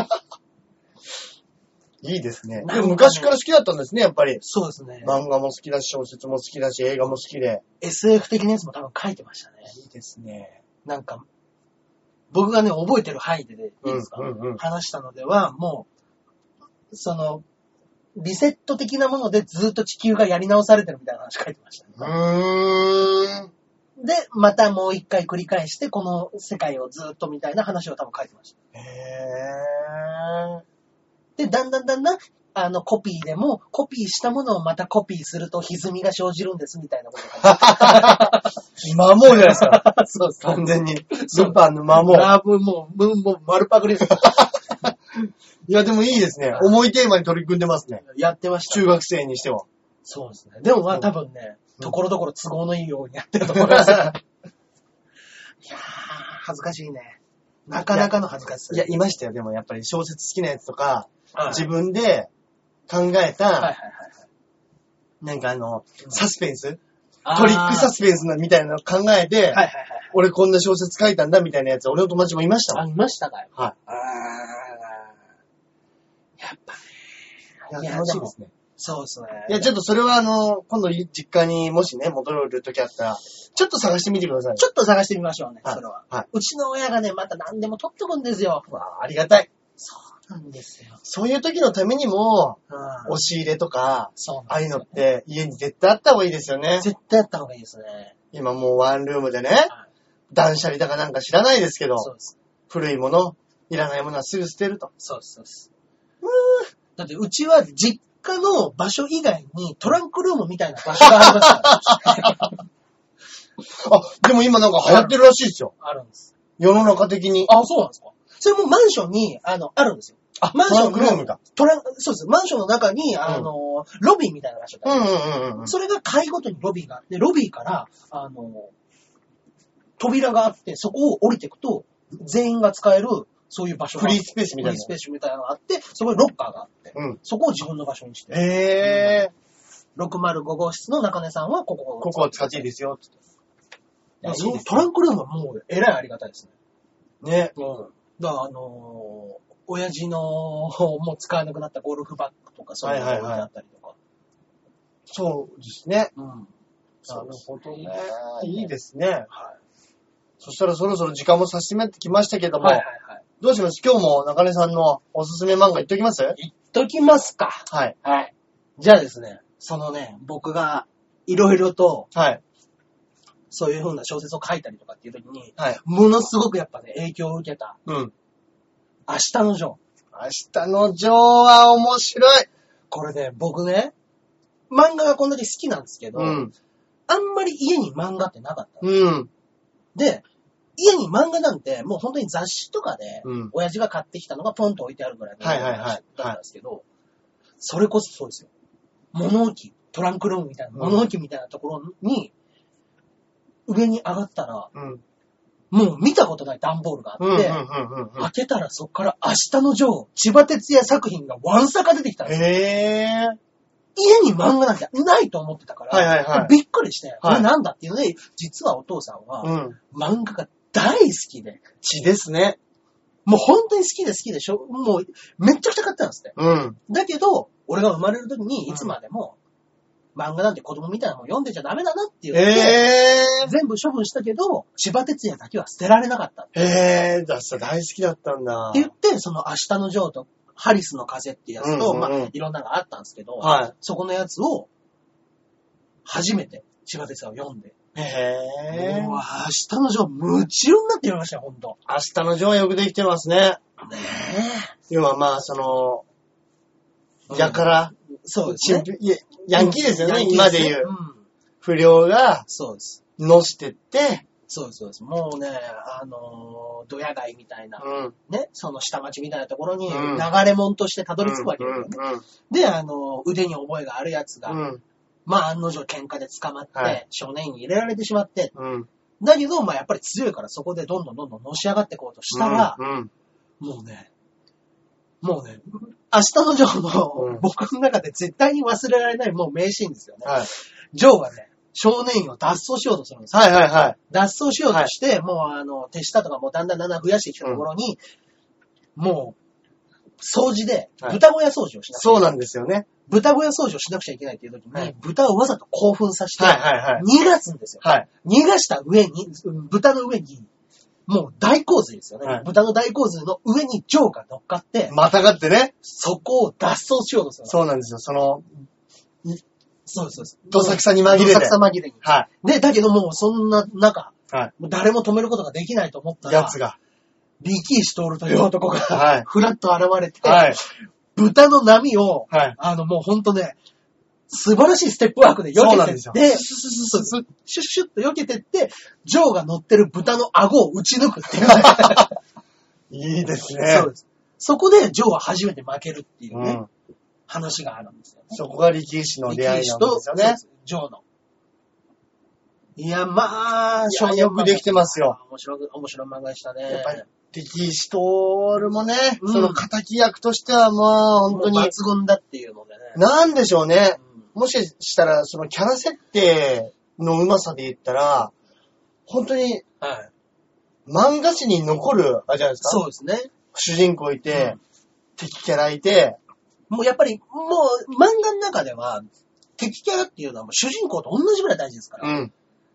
Speaker 1: ね
Speaker 2: いいですね。
Speaker 1: なんか
Speaker 2: で
Speaker 1: ね
Speaker 2: も昔から好きだったんですね、やっぱり。
Speaker 1: そうですね。
Speaker 2: 漫画も好きだし、小説も好きだし、映画も好きで。
Speaker 1: SF 的なやつも多分書いてましたね。
Speaker 2: いいですね。
Speaker 1: なんか、僕がね、覚えてる範囲ででいいですか、
Speaker 2: うんうんうん
Speaker 1: 話したのでは、もう、その、リセット的なものでずっと地球がやり直されてるみたいな話書いてましたね。
Speaker 2: うーん。
Speaker 1: で、またもう一回繰り返して、この世界をずっとみたいな話を多分書いてました。
Speaker 2: へー。
Speaker 1: で、だんだんだんだん、あの、コピーでも、コピーしたものをまたコピーすると歪みが生じるんです、みたいなことが。
Speaker 2: *laughs* 魔王じゃないです *laughs* か。
Speaker 1: そうです
Speaker 2: 完全に。ルパンの魔王。
Speaker 1: ラブもう、もう、もう丸パクリです。
Speaker 2: いや、でもいいですね。重いテーマに取り組んでますね。
Speaker 1: やってました。
Speaker 2: 中学生にし
Speaker 1: *laughs*
Speaker 2: ては。
Speaker 1: そうですね。でもまあ多分ね、ところどころ都合のいいようにやってると思います。いやー、恥ずかしいね。なかなかの恥ずかしさ。
Speaker 2: いや、いましたよ。でもやっぱり小説好きなやつとか、
Speaker 1: はい、
Speaker 2: 自分で考え
Speaker 1: はいはい
Speaker 2: た、
Speaker 1: はい
Speaker 2: なんかあの、サスペンス
Speaker 1: はい。
Speaker 2: トリックサ
Speaker 1: ス。
Speaker 2: スペンスなみたいなの考え
Speaker 1: は
Speaker 2: て、
Speaker 1: いはいはい。
Speaker 2: 俺こんな小説書いたんだみたいなやつ、俺の友達もいましたもん
Speaker 1: あ、いましたかよ。
Speaker 2: は
Speaker 1: あーやっぱね。
Speaker 2: い。
Speaker 1: いや
Speaker 2: 楽しいですね。
Speaker 1: そうですね。
Speaker 2: いや、ちょっとそれはあの、今度実家にもしね、戻る時あったら、ちょっと探してみてください。
Speaker 1: ちょっと探してみましょうね、
Speaker 2: はい
Speaker 1: それは。
Speaker 2: はいう
Speaker 1: ちの親がね、また何でも取ってくんですよ。
Speaker 2: わあありがたい。
Speaker 1: そうなんですよ。
Speaker 2: そういう時のためにも、
Speaker 1: うん。
Speaker 2: 押し入れとか、
Speaker 1: そう
Speaker 2: あ
Speaker 1: な
Speaker 2: あ
Speaker 1: ん
Speaker 2: い
Speaker 1: です
Speaker 2: うの
Speaker 1: よ
Speaker 2: っ。て家に絶対あった方がいいですよね。
Speaker 1: 絶対やった方がいいですね。
Speaker 2: 今もうワンルームでね、
Speaker 1: はい
Speaker 2: 断捨離だかなんか知らないですけど、
Speaker 1: そうです。
Speaker 2: 古いもの、いらないものはすぐ捨てると。
Speaker 1: そうです。そうです。だって、うちは実家の場所以外にトランクルームみたいな場所がありますから。
Speaker 2: *laughs* あ、でも今なんか流行ってるらしいですよ。
Speaker 1: あるんです。
Speaker 2: 世の中的に。
Speaker 1: あ、そうなんですかそれもマンションに、あの、あるんですよ。
Speaker 2: あ
Speaker 1: マンションの
Speaker 2: トランクルームだ。
Speaker 1: トラン、そうです。マンションの中に、あの、ロビーみたいな場所が
Speaker 2: う
Speaker 1: あ
Speaker 2: ん
Speaker 1: る
Speaker 2: うんうんうん。
Speaker 1: それが階ごとにロビーがあって、ロビーから、あの、扉があって、そこを降りていくと、全員が使える、そういう場所が
Speaker 2: フリースペースみたい
Speaker 1: フリ
Speaker 2: な
Speaker 1: ースペースみたいなのがあって、そこにロッカーがあって、
Speaker 2: うん。
Speaker 1: そこを自分の場所にして、
Speaker 2: ええ
Speaker 1: 605号室の中根さんはここを
Speaker 2: ここを使っていいですよ。つっていやいい
Speaker 1: そう
Speaker 2: です
Speaker 1: トランクルームはもう、えらいありがたいですね。
Speaker 2: ね。
Speaker 1: うん。だから、あのー親父の、もう使わなくなったゴルフバッグとか、そういうのが置いてあったりとか。
Speaker 2: そうですね。
Speaker 1: うん。
Speaker 2: なるほどね。
Speaker 1: い
Speaker 2: いいですね。
Speaker 1: は
Speaker 2: そしたらそろそろ時間も差し迫ってきましたけど
Speaker 1: い。
Speaker 2: も、
Speaker 1: はいはいはい。
Speaker 2: どうします今日も中根さんのおすすめ漫画言っときます
Speaker 1: 言っときますか。
Speaker 2: はい。
Speaker 1: はい。じゃあですね、そのね、僕が、いろいろと、
Speaker 2: はい。
Speaker 1: そういう風な小説を書いたりとかっていう時に、
Speaker 2: はい。
Speaker 1: ものすごくやっぱね、影響を受けた、
Speaker 2: うん。
Speaker 1: 明日のジョー。
Speaker 2: 明日のジョーは面白い。
Speaker 1: これね、僕ね、漫画がこんだけ好きなんですけど、
Speaker 2: うん。
Speaker 1: あんまり家に漫画ってなかった。
Speaker 2: うん。
Speaker 1: で、家に漫画なんて、もう本当に雑誌とかで、
Speaker 2: うん
Speaker 1: 親父が買ってきたのがポンと置いてあるぐらいの
Speaker 2: はいはいはい
Speaker 1: 雑誌だったんですけど、それこそそうですよ。物置、トランクルームみたいな、物置みたいなところに、上に上がったら、
Speaker 2: うん。
Speaker 1: もう見たことない段ボールが
Speaker 2: うん。うん。
Speaker 1: あって、
Speaker 2: うん。うん
Speaker 1: 開けたらそっから明日のジョー、千葉哲也作品がワンサカ出てきたんですよ
Speaker 2: へぇー。
Speaker 1: 家に漫画なんてないと思ってたから、
Speaker 2: はいはいはい
Speaker 1: びっくりして、こ
Speaker 2: は
Speaker 1: れ
Speaker 2: い
Speaker 1: なんだっていうので、実はお父さんは
Speaker 2: うん。
Speaker 1: 漫画が大好きで、
Speaker 2: 血ですね。
Speaker 1: もう本当に好きで好きでしょ、もうめっちゃくちゃ買ってたんですって。
Speaker 2: うん。
Speaker 1: だけど、俺が生まれる時にいつまでも、漫画なんて子供みたいなもん読んでちゃダメだなっていうので、
Speaker 2: え
Speaker 1: 全部処分したけど、千葉哲也だけは捨てられなかった。っ
Speaker 2: ぇー。えぇー。だって大好きだったんだ。
Speaker 1: て言って、その明日のジョーとハリスの風っていうやつと、
Speaker 2: うんうんうん
Speaker 1: まあ、いろんなのがあったんですけど、
Speaker 2: は
Speaker 1: そこのやつを、初めて千葉哲也を読んで、
Speaker 2: い。へぇー。
Speaker 1: もう
Speaker 2: 明
Speaker 1: 明日のジョー、夢中になって読みましたよ、ほんと。
Speaker 2: 日のジョーはよくできてますね。
Speaker 1: ね。
Speaker 2: 要はまあ、その、やからら、
Speaker 1: そうです
Speaker 2: チン
Speaker 1: ね。
Speaker 2: ピいやヤンキーですよね、
Speaker 1: ヤンキー
Speaker 2: 今
Speaker 1: す
Speaker 2: で
Speaker 1: ね
Speaker 2: 言う。
Speaker 1: ん
Speaker 2: 不良が、
Speaker 1: そうです。
Speaker 2: のしてって、
Speaker 1: そうです、そうです。もうね、あのー、ドヤ街みたいな、
Speaker 2: うん。
Speaker 1: ね、その下町みたいなところに流
Speaker 2: うん
Speaker 1: れ者としてたどり着くわけですよね。
Speaker 2: う
Speaker 1: で、あのー、腕に覚えがあるやつが、
Speaker 2: ん。うん。
Speaker 1: まあ案の定喧嘩で捕まって、
Speaker 2: はい
Speaker 1: 少年院に入れられてしまって、
Speaker 2: うん。
Speaker 1: だけど、まあやっぱり強いからそこでどんどんどんどんのし上がっていこうとしたら、
Speaker 2: うん。
Speaker 1: もうね、もうね、明日のジョー
Speaker 2: う
Speaker 1: の
Speaker 2: ん
Speaker 1: 僕の中で絶対に忘れられないもう名シーンですよね。
Speaker 2: はい。
Speaker 1: ジョーがね、少年院を脱走しようとするんですよ。
Speaker 2: はいはいはい。
Speaker 1: 脱走しようとして、もうあの、手下とかもだんだんだんだん増やしてきたところに、もう、掃除で、
Speaker 2: はい
Speaker 1: 豚小屋掃除をしなくちゃ、
Speaker 2: そうなんですよね。
Speaker 1: 豚小屋掃除をしなくちゃいけないっていう時に、
Speaker 2: はい
Speaker 1: 豚をわざと興奮させて、
Speaker 2: はいはいはい。
Speaker 1: 逃がすんですよ。
Speaker 2: はい。
Speaker 1: 逃がした上に、豚の上に、もう大洪水ですよね。
Speaker 2: はい
Speaker 1: 豚の大洪水の上にジョーが乗っかって、
Speaker 2: またがってね。
Speaker 1: そこを脱走しようとするの。
Speaker 2: そうなんですよ。その、
Speaker 1: そうです、そうです。
Speaker 2: どさくさに紛れて
Speaker 1: どさくさ紛れに。
Speaker 2: は
Speaker 1: で、だけどもうそんな中、
Speaker 2: い。は
Speaker 1: もう誰も止めることができないと思った
Speaker 2: い。
Speaker 1: ら、
Speaker 2: やつが。
Speaker 1: リキーシュトールという男が、
Speaker 2: はい
Speaker 1: ふらっと現れて、
Speaker 2: はい。
Speaker 1: 豚の波を、
Speaker 2: はい
Speaker 1: あの、もうほんとね、素晴らしいステップワークで避
Speaker 2: そう
Speaker 1: け
Speaker 2: なん
Speaker 1: てっ
Speaker 2: ですよ
Speaker 1: て、そうそうシュッシュッと避けてって、ジョーが乗ってる豚の顎を打ち抜くっていうね、
Speaker 2: いいですね
Speaker 1: そう。です。そこでジョーは初めて負けるっていうね、
Speaker 2: うん。
Speaker 1: 話があるんですよね。
Speaker 2: そこが力士の出会いなんですよね。
Speaker 1: ジョーの。いや、まあ、
Speaker 2: いやよくできてますよ。
Speaker 1: 面白く、面白い漫画でしたね。
Speaker 2: やっぱり、力士とーるもね、
Speaker 1: うん
Speaker 2: その敵役としてはまあ、本当
Speaker 1: もう
Speaker 2: に、
Speaker 1: 抜群だっていうのでね。
Speaker 2: なんでしょうね。
Speaker 1: うん
Speaker 2: もししたら、そのキャラ設定のうまさで言ったら、本当に
Speaker 1: はい。
Speaker 2: 漫画史に残る、あれじゃないですか。
Speaker 1: そうですね。
Speaker 2: 主人公いて、敵キャラいて、
Speaker 1: もうやっぱり、もう漫画の中では、敵キャラっていうのはもう主人公と同じぐらい大事ですから。
Speaker 2: ん。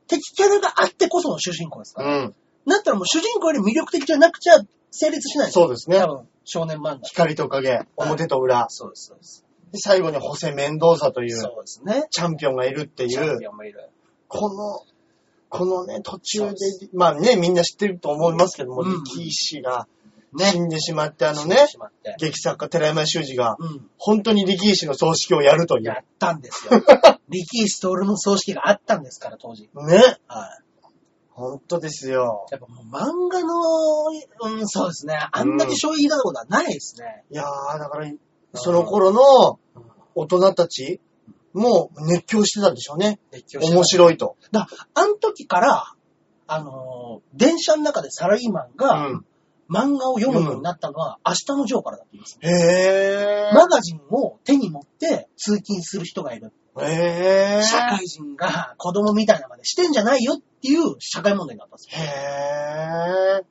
Speaker 1: 敵キャラがあってこその主人公です
Speaker 2: う
Speaker 1: から。
Speaker 2: ん。
Speaker 1: だったらもう主人公より魅力的じゃなくちゃ成立しない
Speaker 2: そうですね
Speaker 1: 多。分、少年漫画。
Speaker 2: 光と影、表と裏。
Speaker 1: そうです、そうです。
Speaker 2: で最後にホセ・メンドーサという
Speaker 1: そうですね。
Speaker 2: チャンピオンがいるってい
Speaker 1: チャンピ
Speaker 2: う、
Speaker 1: オンもいる。
Speaker 2: この、このね、途中
Speaker 1: そう
Speaker 2: で
Speaker 1: で、
Speaker 2: まあね、みんな知ってると思いますけども、
Speaker 1: うん
Speaker 2: 力士が
Speaker 1: ね
Speaker 2: 死んでしまって、あのね
Speaker 1: 死んで、しまって
Speaker 2: 劇作家寺山修司が、
Speaker 1: うん。
Speaker 2: 本当に力士の葬式をやるとい
Speaker 1: や
Speaker 2: う
Speaker 1: っ。たんです *laughs* よ。リキー・ストールの葬式があったんですから、当時。
Speaker 2: ね。
Speaker 1: はい。
Speaker 2: 本当ですよ。
Speaker 1: やっぱもう漫画の、うん、そうですね。あんだけ衝撃だったことはないですね。
Speaker 2: いやー、だから、その頃の
Speaker 1: うん
Speaker 2: 大人たちも熱狂してたんでしょうね。
Speaker 1: 熱狂して
Speaker 2: 面白いと。
Speaker 1: だあの時から、あのー電車の中でサラリーマン
Speaker 2: う
Speaker 1: が。漫画を読むようになったのは、明日のジョーからだって言います、
Speaker 2: へえ。
Speaker 1: マガジンを手に持って通勤する人がいる。
Speaker 2: へえ。
Speaker 1: 社会人が子供みたいなまでしてんじゃないよっていう社会問題になったんですよ。
Speaker 2: へえ。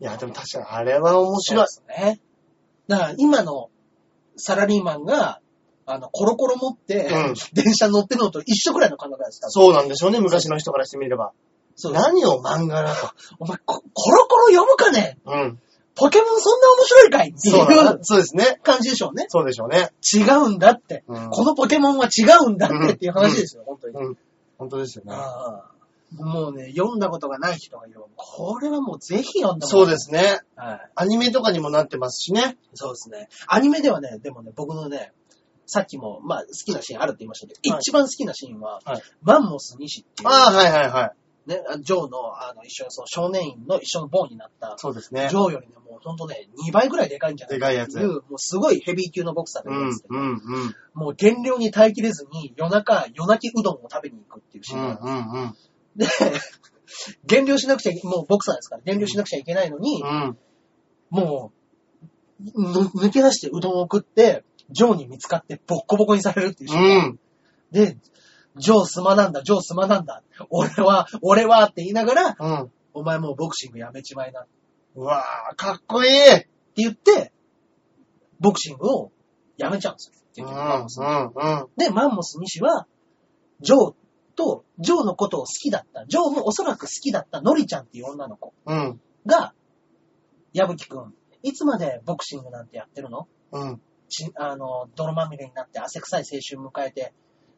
Speaker 2: いや、でも確かにあれは面白い。
Speaker 1: そうですね。だから今のサラリーマンが、あの、コロコロ持って、
Speaker 2: うん
Speaker 1: 電車乗ってるのと一緒くらいの感覚ですから。
Speaker 2: そうなんでしょうね、昔の人からしてみれば。
Speaker 1: そうです
Speaker 2: 何を漫画だと。
Speaker 1: お前コ、コロコロ読むかね
Speaker 2: うん。
Speaker 1: ポケモン *laughs* そんな面白いかいって
Speaker 2: そうだ
Speaker 1: い
Speaker 2: な
Speaker 1: う
Speaker 2: そうですね。
Speaker 1: 感じでしょうね。
Speaker 2: そうでしょうね。
Speaker 1: 違うんだって。
Speaker 2: うん
Speaker 1: このポケモンは違うんだってっていう話ですよ、本当に。
Speaker 2: うん。本当ですよね。
Speaker 1: ああもうね、読んだことがない人がいる。これはもうぜひ読んだ。
Speaker 2: そうですすね。
Speaker 1: はい。
Speaker 2: アニメとかにもなってますしね。
Speaker 1: そうですね。アニメではね、でもね、僕のね、さっきも、まあ、好きなシーンあるって言いましたけど、
Speaker 2: はい
Speaker 1: 一番好きなシーンは、
Speaker 2: はい
Speaker 1: マンモス西っていう、
Speaker 2: ああ、はいはいはい。
Speaker 1: ね、ジョーの、あの、一緒に、その少年院の一緒のボーになった、
Speaker 2: そうですね
Speaker 1: ジ。ョーよりね、もうほんとね、2倍ぐらいでかいんじゃないかっていう、
Speaker 2: でかいや
Speaker 1: もうすごいヘビー級のボクサーで
Speaker 2: う
Speaker 1: いるんで
Speaker 2: ん
Speaker 1: すけ、ど、
Speaker 2: うん、うん。
Speaker 1: もう減量に耐えきれずに、夜中、夜泣きうどんを食べに行くっていうシ
Speaker 2: う
Speaker 1: ーンがあるんですけど
Speaker 2: ん、うん、うん。
Speaker 1: で、減量しなくちゃいけ、もうボクサーですから、減量しなくちゃいけないのに、
Speaker 2: うん。
Speaker 1: もう、ぬ抜け出してうどんを食って、ジョーに見つかってボッコボコにされるっていうシーン。
Speaker 2: うん。
Speaker 1: で、ジョーすまなんだ、ジョーすまなんだ、俺は、俺はって言いながら、
Speaker 2: うん。
Speaker 1: お前もうボクシングやめちまいなって
Speaker 2: うわー、かっこいい
Speaker 1: 言って、ボクシングをやめちゃうんですよ。
Speaker 2: うん、
Speaker 1: 結
Speaker 2: うん、
Speaker 1: 局
Speaker 2: う
Speaker 1: マンモス
Speaker 2: ん。
Speaker 1: で、マンモス西は、ジョーと、ジョーのことを好きだった、ジョーもおそらく好きだったノリちゃんっていう女の子。
Speaker 2: うん、
Speaker 1: が、矢吹くん、いつまでボクシングなんてやってるの
Speaker 2: うん。
Speaker 1: ちあの、泥まみれになって汗臭い青春迎えて、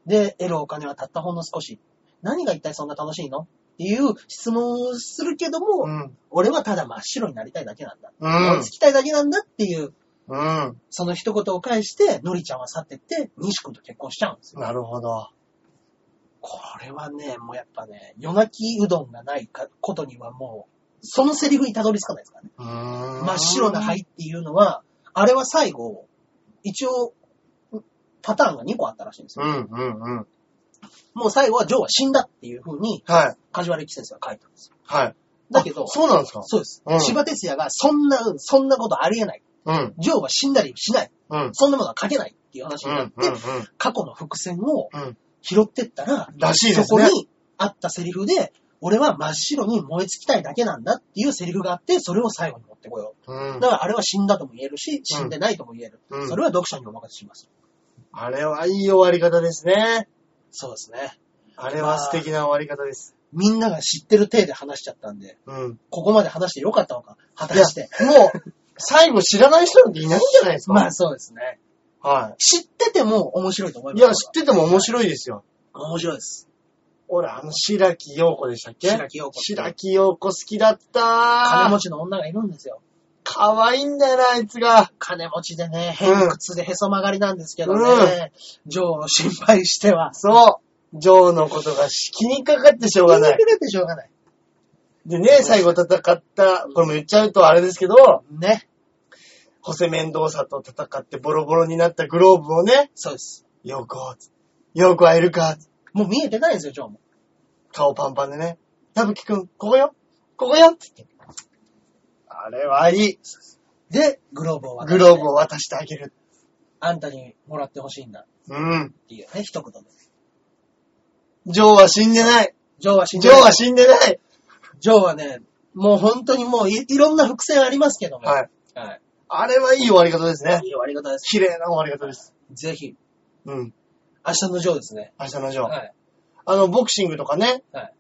Speaker 1: で、得るお金はたったほんの少し。何が一体そんな楽しいのっていう質問をするけども、
Speaker 2: うん、
Speaker 1: 俺はただ真っ白になりたいだけなんだ。
Speaker 2: う
Speaker 1: 追
Speaker 2: ん
Speaker 1: いつきたいだけなんだっていう、
Speaker 2: うん。
Speaker 1: その一言を返して、のりちゃんは去ってって、西くんと結婚しちゃうんですよ。
Speaker 2: なるほど。
Speaker 1: これはね、もうやっぱね、夜泣きうどんがないかことにはもう、そのセリフにたどり着かないですからね。
Speaker 2: うーん。
Speaker 1: 真っ白な灰っていうのは、あれは最後、一応、パターンが2個あったらしいんです
Speaker 2: う
Speaker 1: よ。
Speaker 2: ん、うん、うん。
Speaker 1: もう最後はジョーは死んだっていう風に、
Speaker 2: はい、
Speaker 1: カジュアルエキセスが書いたんですよ。
Speaker 2: はい。
Speaker 1: だけど、
Speaker 2: あそうなんですか
Speaker 1: そうです。
Speaker 2: うん
Speaker 1: 千葉哲也が、そんな、そんなことありえない。
Speaker 2: うん、
Speaker 1: ジョーは死んだりしない。
Speaker 2: うん。
Speaker 1: そんなものは書けないっていう話
Speaker 2: う
Speaker 1: に
Speaker 2: ん、
Speaker 1: な
Speaker 2: う
Speaker 1: っ
Speaker 2: ん
Speaker 1: て、、
Speaker 2: うん。
Speaker 1: 過去の伏線を
Speaker 2: うん
Speaker 1: 拾ってったら、
Speaker 2: らしいです
Speaker 1: そこ
Speaker 2: ね。
Speaker 1: にあったセリフで、俺は真っ白に燃え尽きたいだけなんだっていうセリフがあって、それを最後に持ってこよう。
Speaker 2: うん
Speaker 1: だ。からあれは死んだとも言えるし、死んでないとも言える。
Speaker 2: うん
Speaker 1: それは読者にお任せします。
Speaker 2: あれはいい終わり方ですね。
Speaker 1: そうですね。
Speaker 2: あれは素敵な終わり方です。
Speaker 1: みんなが知ってる体で話しちゃったんで、
Speaker 2: うん。
Speaker 1: ここまで話してよかったのか、果
Speaker 2: い
Speaker 1: た
Speaker 2: や
Speaker 1: して。、
Speaker 2: もう、最後知らない人なんていないんじゃないですか。
Speaker 1: まあそうですね。
Speaker 2: は
Speaker 1: 知ってても面白いと思い
Speaker 2: い。い
Speaker 1: ます。
Speaker 2: や、知ってても面白いですよ。
Speaker 1: 面白いです。
Speaker 2: 俺、あの、白木陽子でしたっけ
Speaker 1: 白木陽子
Speaker 2: 白木陽子好きだった
Speaker 1: 金持
Speaker 2: ち。
Speaker 1: ちの女がいるんですよ。
Speaker 2: かわいいんだよな、あいつが。
Speaker 1: 金持ちでね、
Speaker 2: うん
Speaker 1: 偏屈でへそ曲がりなんですけどね、ジョーの心配しては、
Speaker 2: そう。ジョーのことが気にかかってしょうが
Speaker 1: 言
Speaker 2: ない
Speaker 1: く。れてしょうがない。
Speaker 2: でね、最後戦った、これも言っちゃうとあれですけど、
Speaker 1: ね。
Speaker 2: ホセメンドーサと戦ってボロボロになったグローブをね、
Speaker 1: そうです。
Speaker 2: 陽子、陽子会えるか、
Speaker 1: もう見えてないんですよ、ジョーも。
Speaker 2: 顔パンパンでね、矢吹くん、ここよ、ここよって言って。あれはいい。
Speaker 1: で、グローブを渡して
Speaker 2: グローブを渡してあげる。
Speaker 1: あんたにもらってほしいんだ
Speaker 2: うん。
Speaker 1: っていうね、一言で。
Speaker 2: ジョーは死んでない。
Speaker 1: ジョーは死ん
Speaker 2: ジ
Speaker 1: で
Speaker 2: ョー
Speaker 1: ない
Speaker 2: は死んでない。
Speaker 1: ジョーはね、もう本当にもういいろんな伏線ありますけども。
Speaker 2: はい。
Speaker 1: はい。
Speaker 2: あれはいい終わり方ですね。
Speaker 1: いい終わり方です。
Speaker 2: 綺麗な終わり方です。
Speaker 1: ぜひ、
Speaker 2: うん。
Speaker 1: 明日のジョーですね。
Speaker 2: 明日のジョー。
Speaker 1: はい。
Speaker 2: あの、ボクシングとかね。
Speaker 1: はい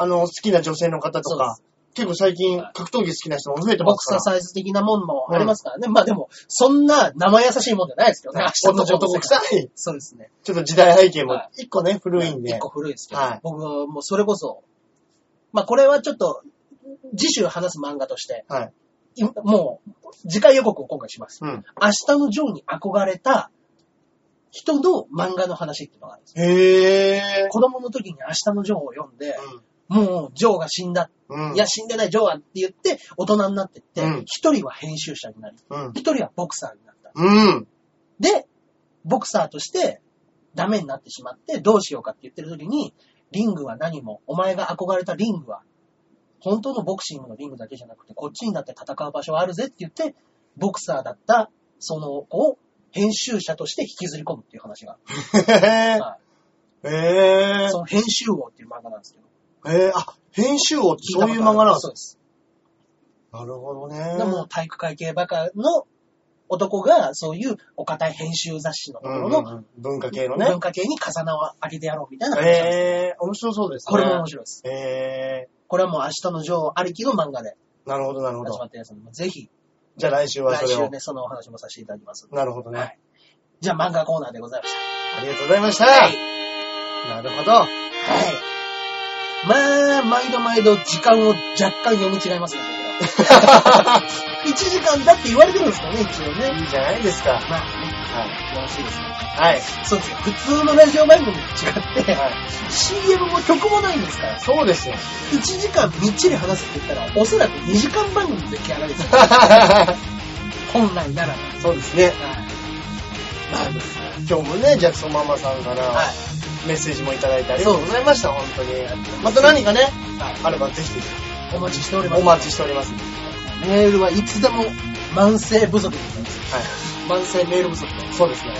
Speaker 2: あの、好きな女性の方とか
Speaker 1: そ。
Speaker 2: 結構最近
Speaker 1: はい、
Speaker 2: 格闘技好きな人も増えて
Speaker 1: ボ
Speaker 2: ま
Speaker 1: ク
Speaker 2: す
Speaker 1: サ
Speaker 2: か
Speaker 1: ーサイズ的なもんも
Speaker 2: うん
Speaker 1: ありますからね。まあでも、そんな生優しいもんじゃないですけどね。 *laughs*
Speaker 2: ら。
Speaker 1: 明日のジョー
Speaker 2: 男
Speaker 1: の世界
Speaker 2: 男臭い。
Speaker 1: そうですね。
Speaker 2: ちょっと時代背景も
Speaker 1: は
Speaker 2: 一個ね、古いん
Speaker 1: 一
Speaker 2: で
Speaker 1: 個。古いですけど。
Speaker 2: はい
Speaker 1: 僕はもうそれこそ、まあこれはちょっと、次週話す漫画として、
Speaker 2: はい。
Speaker 1: いもう、次回予告を今回します。
Speaker 2: うん。
Speaker 1: 明日のジョーに憧れた人の漫画の話っていうのがあるんですよ。
Speaker 2: へえ。
Speaker 1: 子供の時に明日のジョーを読んで、
Speaker 2: ー。
Speaker 1: もう、ジョーが死んだ。
Speaker 2: うん。うん
Speaker 1: いや、、死んでない、ジョーはって言って、大人になってって
Speaker 2: うん、
Speaker 1: 一、人は編集者になり、
Speaker 2: うん。
Speaker 1: 一人はボクサーになった。
Speaker 2: うん。
Speaker 1: で、ボクサーとして、ダメになってしまって、どうしようかって言ってる時に、リングは何も、お前が憧れたリングは、本当のボクシングのリングだけじゃなくて、こっちにだって戦う場所はあるぜって言って、ボクサーだった、その子を、編集者として引きずり込むっていう話がある。
Speaker 2: へ
Speaker 1: は
Speaker 2: え。へえ
Speaker 1: い。。その編集王っていう漫画なんですけど。
Speaker 2: えー、あ、編集王ってそういう漫画なんです
Speaker 1: そう
Speaker 2: か
Speaker 1: です。
Speaker 2: なるほどね。
Speaker 1: でもう体育会系バカの男が、そういうお堅い編集雑誌のとこ
Speaker 2: うん
Speaker 1: ろ
Speaker 2: う
Speaker 1: の
Speaker 2: んうん文化系のね
Speaker 1: 文。化系に重なを上げてやろうみたいな話なんです。
Speaker 2: えー、面白そうですね。
Speaker 1: これも面白いです。
Speaker 2: え
Speaker 1: これはもう明日の女王ありきの漫画で
Speaker 2: ー、なるほど、なるほ
Speaker 1: 始ま
Speaker 2: ど。
Speaker 1: ってるやつなので、ぜひ、
Speaker 2: じゃあ来週はそ
Speaker 1: 来
Speaker 2: れ
Speaker 1: 週
Speaker 2: を。
Speaker 1: ね、そのお話もさせていただきます。
Speaker 2: なるほどね。
Speaker 1: はいじゃあ漫画コーナーでございまし。
Speaker 2: ありがとうございましたた。
Speaker 1: はい。
Speaker 2: なるほど。
Speaker 1: はい。まあ、毎度毎度時間を若干読み違いますね、僕
Speaker 2: *laughs*
Speaker 1: ら。1時間だって言われてるんですかね、一応ね。
Speaker 2: いいじゃないですか。
Speaker 1: まあね、
Speaker 2: はい。
Speaker 1: よろしいですね。
Speaker 2: はい。
Speaker 1: そうですよ。普通のラジオ番組と違って、
Speaker 2: はい、
Speaker 1: CM も曲もないんですから、
Speaker 2: そうですよ。
Speaker 1: 1時間みっちり話すって言ったら、おそらく2時間番組の出来上がりです
Speaker 2: *laughs*
Speaker 1: よ。本来ならば。
Speaker 2: *laughs* そうですね。
Speaker 1: まあ、
Speaker 2: 今日もね、ジャクソンママさんから、
Speaker 1: はい。
Speaker 2: メッセージもいただいてありがとうございました、本当に。また何かね、あればぜひぜひ
Speaker 1: お待ちしております。
Speaker 2: お待ちしております。
Speaker 1: メールはいつでも慢性不足でございます。
Speaker 2: はい。慢性メール不足で。そうですね。は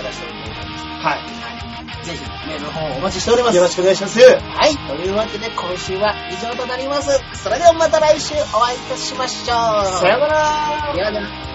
Speaker 1: ぜひメールの方をお待ちしておりま
Speaker 2: い。
Speaker 1: す。
Speaker 2: よろしくお願いします。
Speaker 1: はい。というわけで今週は以上となります。それではまた来週お会いいたしましょう。
Speaker 2: さよなら
Speaker 1: ではでは